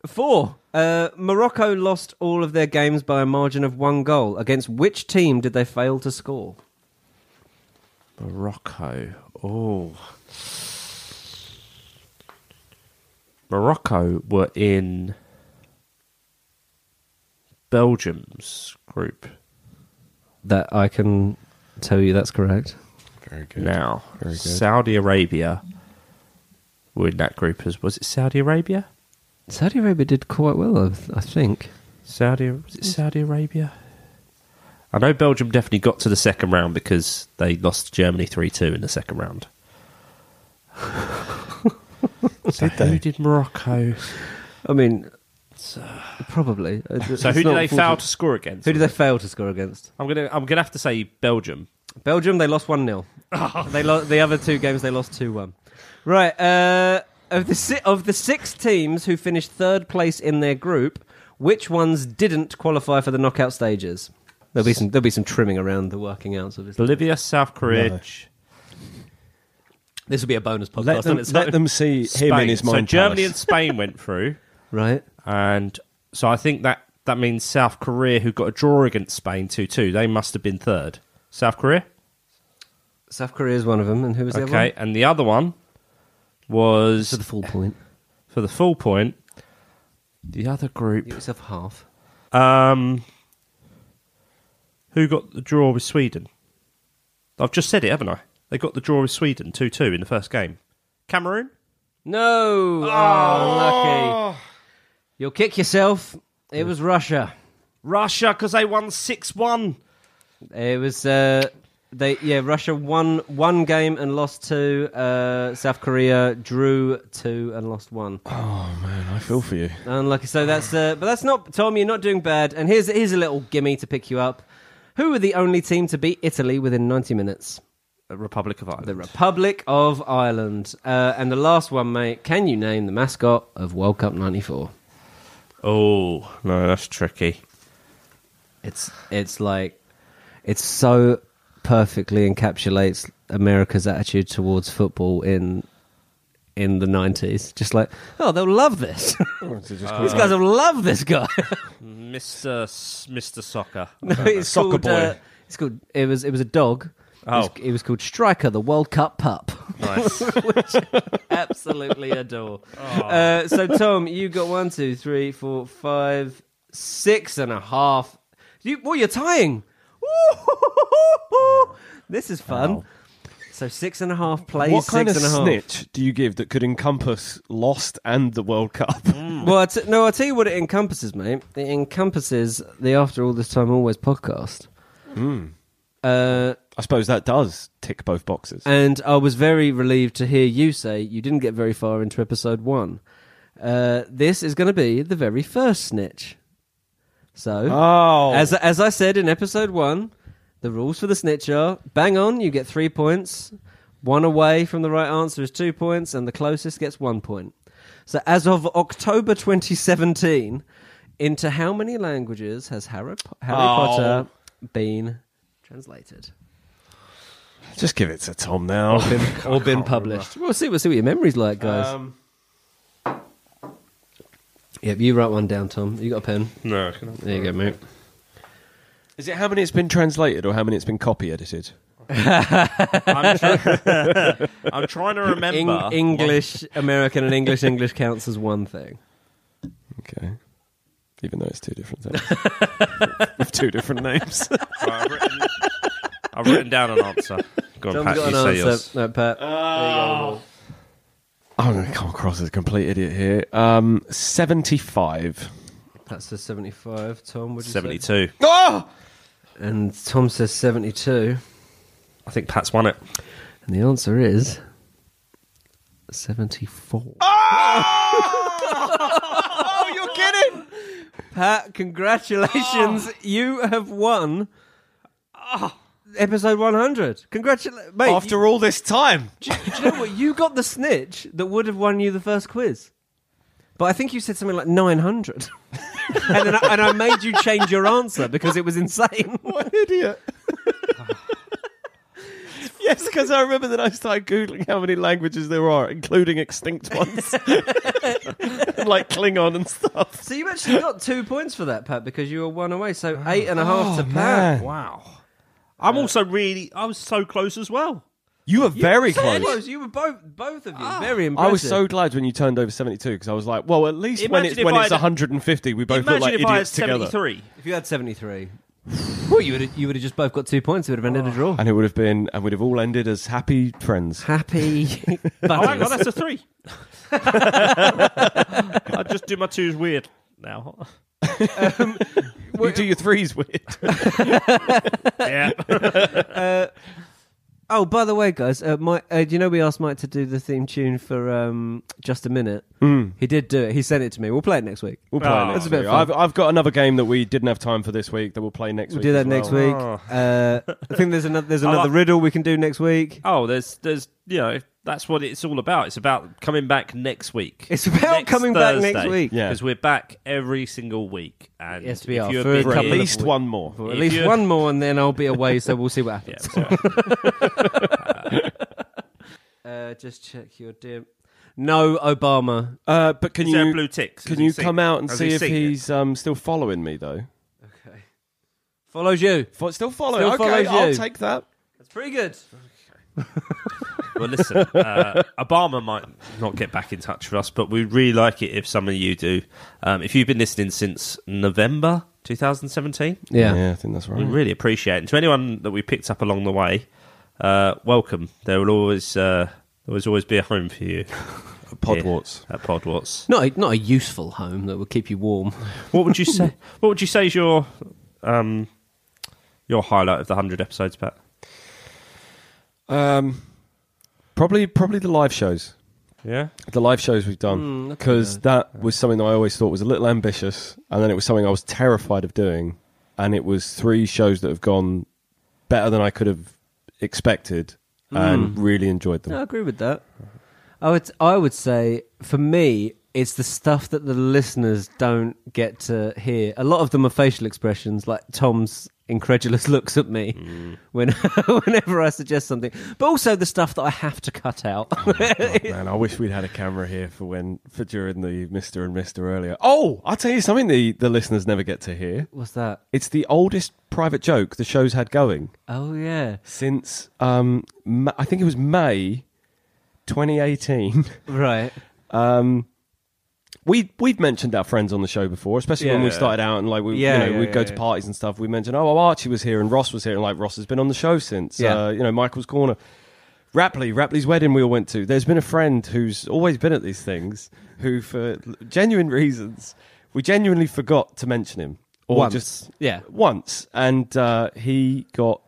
four. Uh, Morocco lost all of their games by a margin of one goal. Against which team did they fail to score?
Morocco. Oh. Morocco were in Belgium's group.
That I can tell you that's correct.
Very good. Now,
Very good.
Saudi Arabia were in that group as was it Saudi Arabia?
Saudi Arabia did quite well, I th- I think.
Saudi was it Saudi Arabia? I know Belgium definitely got to the second round because they lost to Germany 3 2 in the second round. so who did Morocco?
I mean, probably.
So who did they fail to score against?
Who did they fail to score against?
I'm gonna I'm gonna have to say Belgium.
Belgium, they lost 1 0. they lo- the other two games, they lost 2 1. Right. Uh, of, the si- of the six teams who finished third place in their group, which ones didn't qualify for the knockout stages? There'll be some, there'll be some trimming around the working outs of this.
Bolivia, South Korea.
No. This will be a bonus podcast.
Let them-
on its
let
own.
them see him in his
So
mind
Germany
palace.
and Spain went through,
right?
And so I think that that means South Korea, who got a draw against Spain two two, they must have been third. South Korea.
South Korea is one of them, and who was the
okay,
other one?
and the other one was for the
full point.
For the full point, the other group. It
was of half.
Um, who got the draw with Sweden? I've just said it, haven't I? They got the draw with Sweden two two in the first game. Cameroon?
No. Oh, lucky. You'll kick yourself. It was Russia.
Russia, because they won six one.
It was uh, they yeah Russia won one game and lost two. Uh, South Korea drew two and lost one.
Oh man, I feel for you.
Unlucky. So that's uh, but that's not Tom. You're not doing bad. And here's here's a little gimme to pick you up. Who were the only team to beat Italy within 90 minutes?
The Republic of Ireland.
The Republic of Ireland. Uh, and the last one, mate. Can you name the mascot of World Cup '94?
Oh no, that's tricky.
It's it's like it's so perfectly encapsulates America's attitude towards football in in the nineties. Just like, oh, they'll love this. These guys will love this guy.
Mr. S- Mr. Soccer.
No, it's called, uh, it's called. It was. It was a dog. It was,
Oh.
it was called Striker, the World Cup pup.
Nice.
Which I absolutely adore.
Oh.
Uh, so, Tom, you got one, two, three, four, five, six and a half. You, well, you're tying. this is fun. So, six and a half plays
what kind of
six and a half.
snitch do you give that could encompass Lost and the World Cup?
Hmm. Well, I t- no, I'll tell you what it encompasses, mate. It encompasses the After All This Time Always podcast.
Hmm.
Uh,
I suppose that does tick both boxes.
And I was very relieved to hear you say you didn't get very far into episode one. Uh, this is going to be the very first snitch. So,
Oh.
as as I said in episode one, the rules for the snitch are: bang on, you get three points. One away from the right answer is two points, and the closest gets one point. So, as of October 2017, into how many languages has Harry, Po- Harry
Oh.
Potter been translated?
Just give it to Tom now.
Or been, or been published. We'll see. We'll see what your memory's like, guys.
Um,
yep, you write one down, Tom. You got a pen?
No, I
can't.
There you go, mate.
Is it how many it's been translated or how many it's been copy edited?
I'm, try- I'm trying to remember.
Eng- English American and English English counts as one thing.
Okay. Even though it's two different things. With two different names.
Right, I've, written, I've written down an answer. Go on,
Tom's
Pat.
got
you
an
say
answer.
yours.
No, Pat.
I'm going to come across as a complete idiot here. Um, 75.
Pat says 75. Tom, would you say?
72.
Oh!
And Tom says 72.
I think Pat's won it.
And the answer is 74.
oh,
you're kidding!
Pat, congratulations. You have won Oh. episode 100. Congratulations. Mate,
After all this time.
Do, you- do you know what? You got the snitch that would have won you the first quiz. But I think you said something like 900. and, then I, and I made you change your answer because it was insane.
What an idiot. Yes, because I remember that I started googling how many languages there are, including extinct ones, like Klingon and stuff.
So you actually got two points for that, Pat, because you were one away. So eight and a half
Oh,
to
man.
Pat.
Wow. I'm also really. I was so close as well.
You were very
so
close.
You were both, both of you, very impressive.
I was so glad when you turned over seventy-two because I was like, well, at least when
Imagine
it's
if
when
I
it's
had-
one hundred and fifty, we both look like idiots together.
If you had 73. well, you would have, you would have just both got two points. It would have ended a draw.
and it would have been, and we'd have all ended as happy friends.
Happy.
Oh, hang on, that's a three. I just do my twos weird now.
you do your threes weird.
yeah.
uh, oh, by the way, guys, uh, Mike, uh, do you know we asked Mike to do the theme tune for um, just a minute?
Mm.
He did do it. He sent it to me. We'll play it next week.
We'll play
it
it next
It's a bit
week.
of fun.
I've, I've got another game that we didn't have time for this week that we'll play next
We'll
week.
do that
as well. Ah.
next week. Uh, I think there's another there's
I like-
another riddle we can do next week.
Oh, there's, there's, you know, that's what it's all about. It's about coming back next week.
It's about coming back next week. Yeah.
because we're back every single week. And
Yes, we
if
are
you've
for
been
a couple
here-
of weeks. For at
If
least
you're-
one more, and then I'll be away. So we'll see what happens. uh, just check your dim. No, Obama.
Uh, but can
Is
you
there a blue tick? Has
Can
he
you
seen
come
it?
out and
Has
see
he
if
seen it?
he's um, still following me though?
Follows you.
still follow.
Still
okay,
follows
I'll
you.
take that.
That's pretty good.
Well, listen, uh, Obama might not get back in touch with us, but we'd really like it if some of you do. Um, if you've been listening since November 2017,
Yeah.
yeah, I think that's right.
we really appreciate it. And to anyone that we picked up along the way, uh, welcome. There will always uh, there will always be a home for you.
Mm. Podwarts.
At Podwarts.
Not a, not a useful home that will keep you warm.
What would you say? What would you say is your um, your highlight of the hundred episodes, Pat?
Um, probably, probably the live shows.
Yeah,
the live shows we've
Mm,
done
that's
because that was something that I always thought was a little ambitious, and then it was something I was terrified of doing, and it was three shows that have gone better than I could have expected, and really enjoyed them.
I agree with that. I would I would say for me it's the stuff that the listeners don't get to hear. A lot of them are facial expressions, like Tom's incredulous looks at me when whenever I suggest something, but also the stuff that I have to cut out.
Man, I wish we'd had a camera here for when for during the Mister and Mister earlier. Oh, I'll tell you something the the listeners never get to hear.
What's that?
It's the oldest private joke the show's had going.
oh yeah,
since um, Ma- I think it was May 2018.
Right.
Um, we we've mentioned our friends on the show before, especially when we
Yeah.
started out and like we
Yeah,
you know
yeah,
we'd go
yeah,
to
yeah.
parties and stuff. We mentioned oh well, Archie was here and Ross was here and like Ross has been on the show since.
Yeah.
Uh, you know Michael's corner. Rapley, Rapley's wedding we all went to. There's been a friend who's always been at these things, who for l- genuine reasons, we genuinely forgot to mention him. Or
Once.
just
Yeah.
once, and uh, he got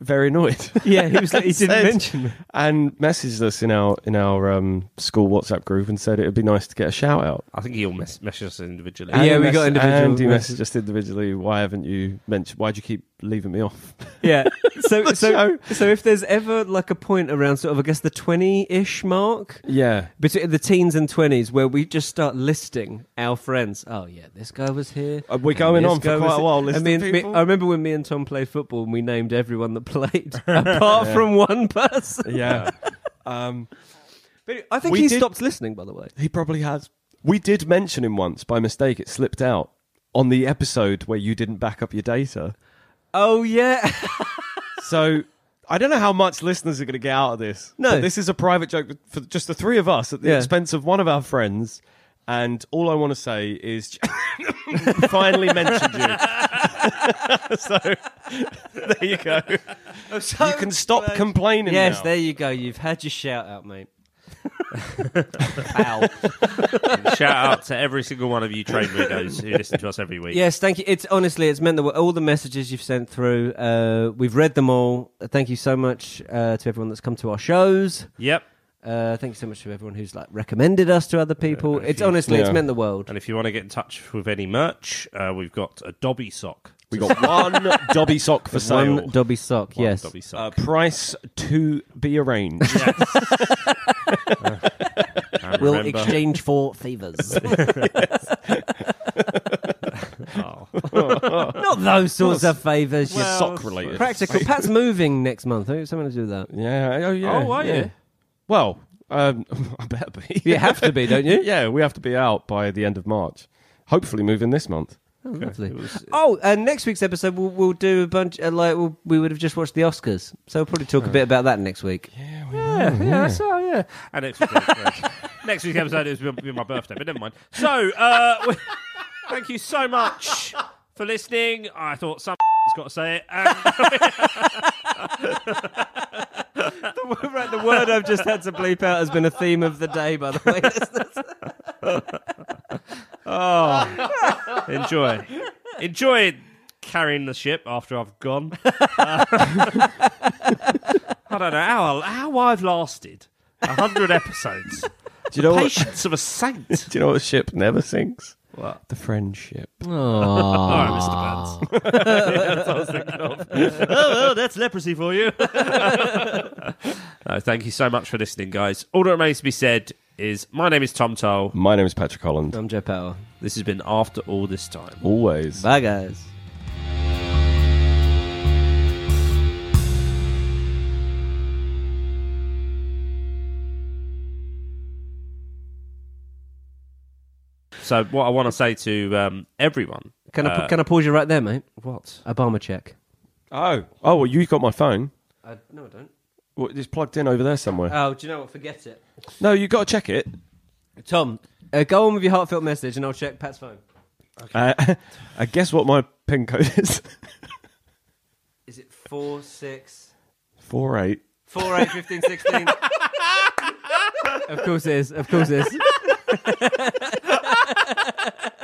very annoyed.
Yeah, he was like, he
And
didn't
said-
mention me.
and messaged us in our in our um, school WhatsApp group and said it would be nice to get a shout out.
I think he'll mess- message us individually.
And he mess- And he
messages.
messaged us individually. Why haven't you mentioned? Why do you keep leaving me off?
Yeah. So
The
so so if there's ever like a point around sort of I guess the twenty ish mark.
Yeah.
Between the teens and twenties where we just start listing our friends. Oh yeah, this guy was here.
Uh, we're
and
going
this
on for
guy
quite
was
a while,
here.
listing
I mean, me-
people.
I remember when me and Tom played football and we named everyone that played apart from one person.
Yeah. um,
but I think
we
he
did-
stopped listening. By the way,
He probably has. We did mention him once by mistake. It slipped out on the episode where you didn't back up your data.
Oh yeah.
so I don't know how much listeners are going to get out of this.
No.
but this is a private joke for just the three of us at the
Yeah.
expense of one of our friends. And all I want to say is, finally mentioned you. so there you go. you can stop complaining.
Yes,
now.
there you go. You've had your shout out, mate. Ow.
Shout out to every single one of you train widows who listen to us every week.
Yes, thank you. It's honestly, it's meant that all the messages you've sent through, uh, we've read them all. Uh, Thank you so much uh, to everyone that's come to our shows.
Yep.
Uh, thank you so much to everyone who's like recommended us to other people. it's honestly, it's meant the world.
And if you want to get in touch with any merch, uh, we've got a Dobby sock. Oh,
We got one Dobby sock for sale.
One Dobby sock,
One
yes.
Dobby
Uh, price to be arranged.
And
We'll
remember-
exchange for favours.
Yes.
Not not those sorts of favours.
Well, sock related.
Practical. Pat's moving next month. I think it's something to do with that.
Yeah. Oh, yeah.
Oh, are you?
Well, um, I better be.
You have to be, don't you?
yeah, we have to be out by the end of March. Hopefully, moving this month.
Oh, lovely.
uh,
Oh, and next week's episode we'll, we'll do a bunch. Uh, like we'll, we would have just watched the Oscars, so we'll probably talk a bit about that next week.
Yeah, yeah, that's all, yeah. And next week, uh, next week's episode is will be my birthday, but never mind. So, uh, we- thank you so much for listening. I thought someone's got to say it. And
the, right, the word I've just had to bleep out has been a theme of the day, by the way. listeners.
oh, enjoy, enjoy carrying the ship after I've gone. Uh, I don't know how how I've lasted hundred episodes.
Do you know
The
what-
patience of a saint?
Do you know what ship never sinks?
What?
The friendship.
Aw. All right, Mr. Burns. Yeah, that's what I was thinking of. Oh, well, that's leprosy for you. No, thank you so much for listening, guys. All that remains to be said is my name is Tom Toll.
My name is Patrick Holland.
I'm Jeff Powell.
This has been After All This Time.
Always.
Bye, guys.
So, what I want to say to um, everyone.
Can I
uh,
can I pause you right there, mate?
What?
Obama check.
Oh. Oh, well, you've got my phone.
I, no, I don't.
Well, it's plugged in over there somewhere.
Oh, do you know what? Forget it.
no, you've got to check it.
Tom, uh, go on with your heartfelt message, and I'll check Pat's phone.
Uh, I guess what my pin code is?
Is it four six
48.
four eight fifteen sixteen? of course it is. Of course it is.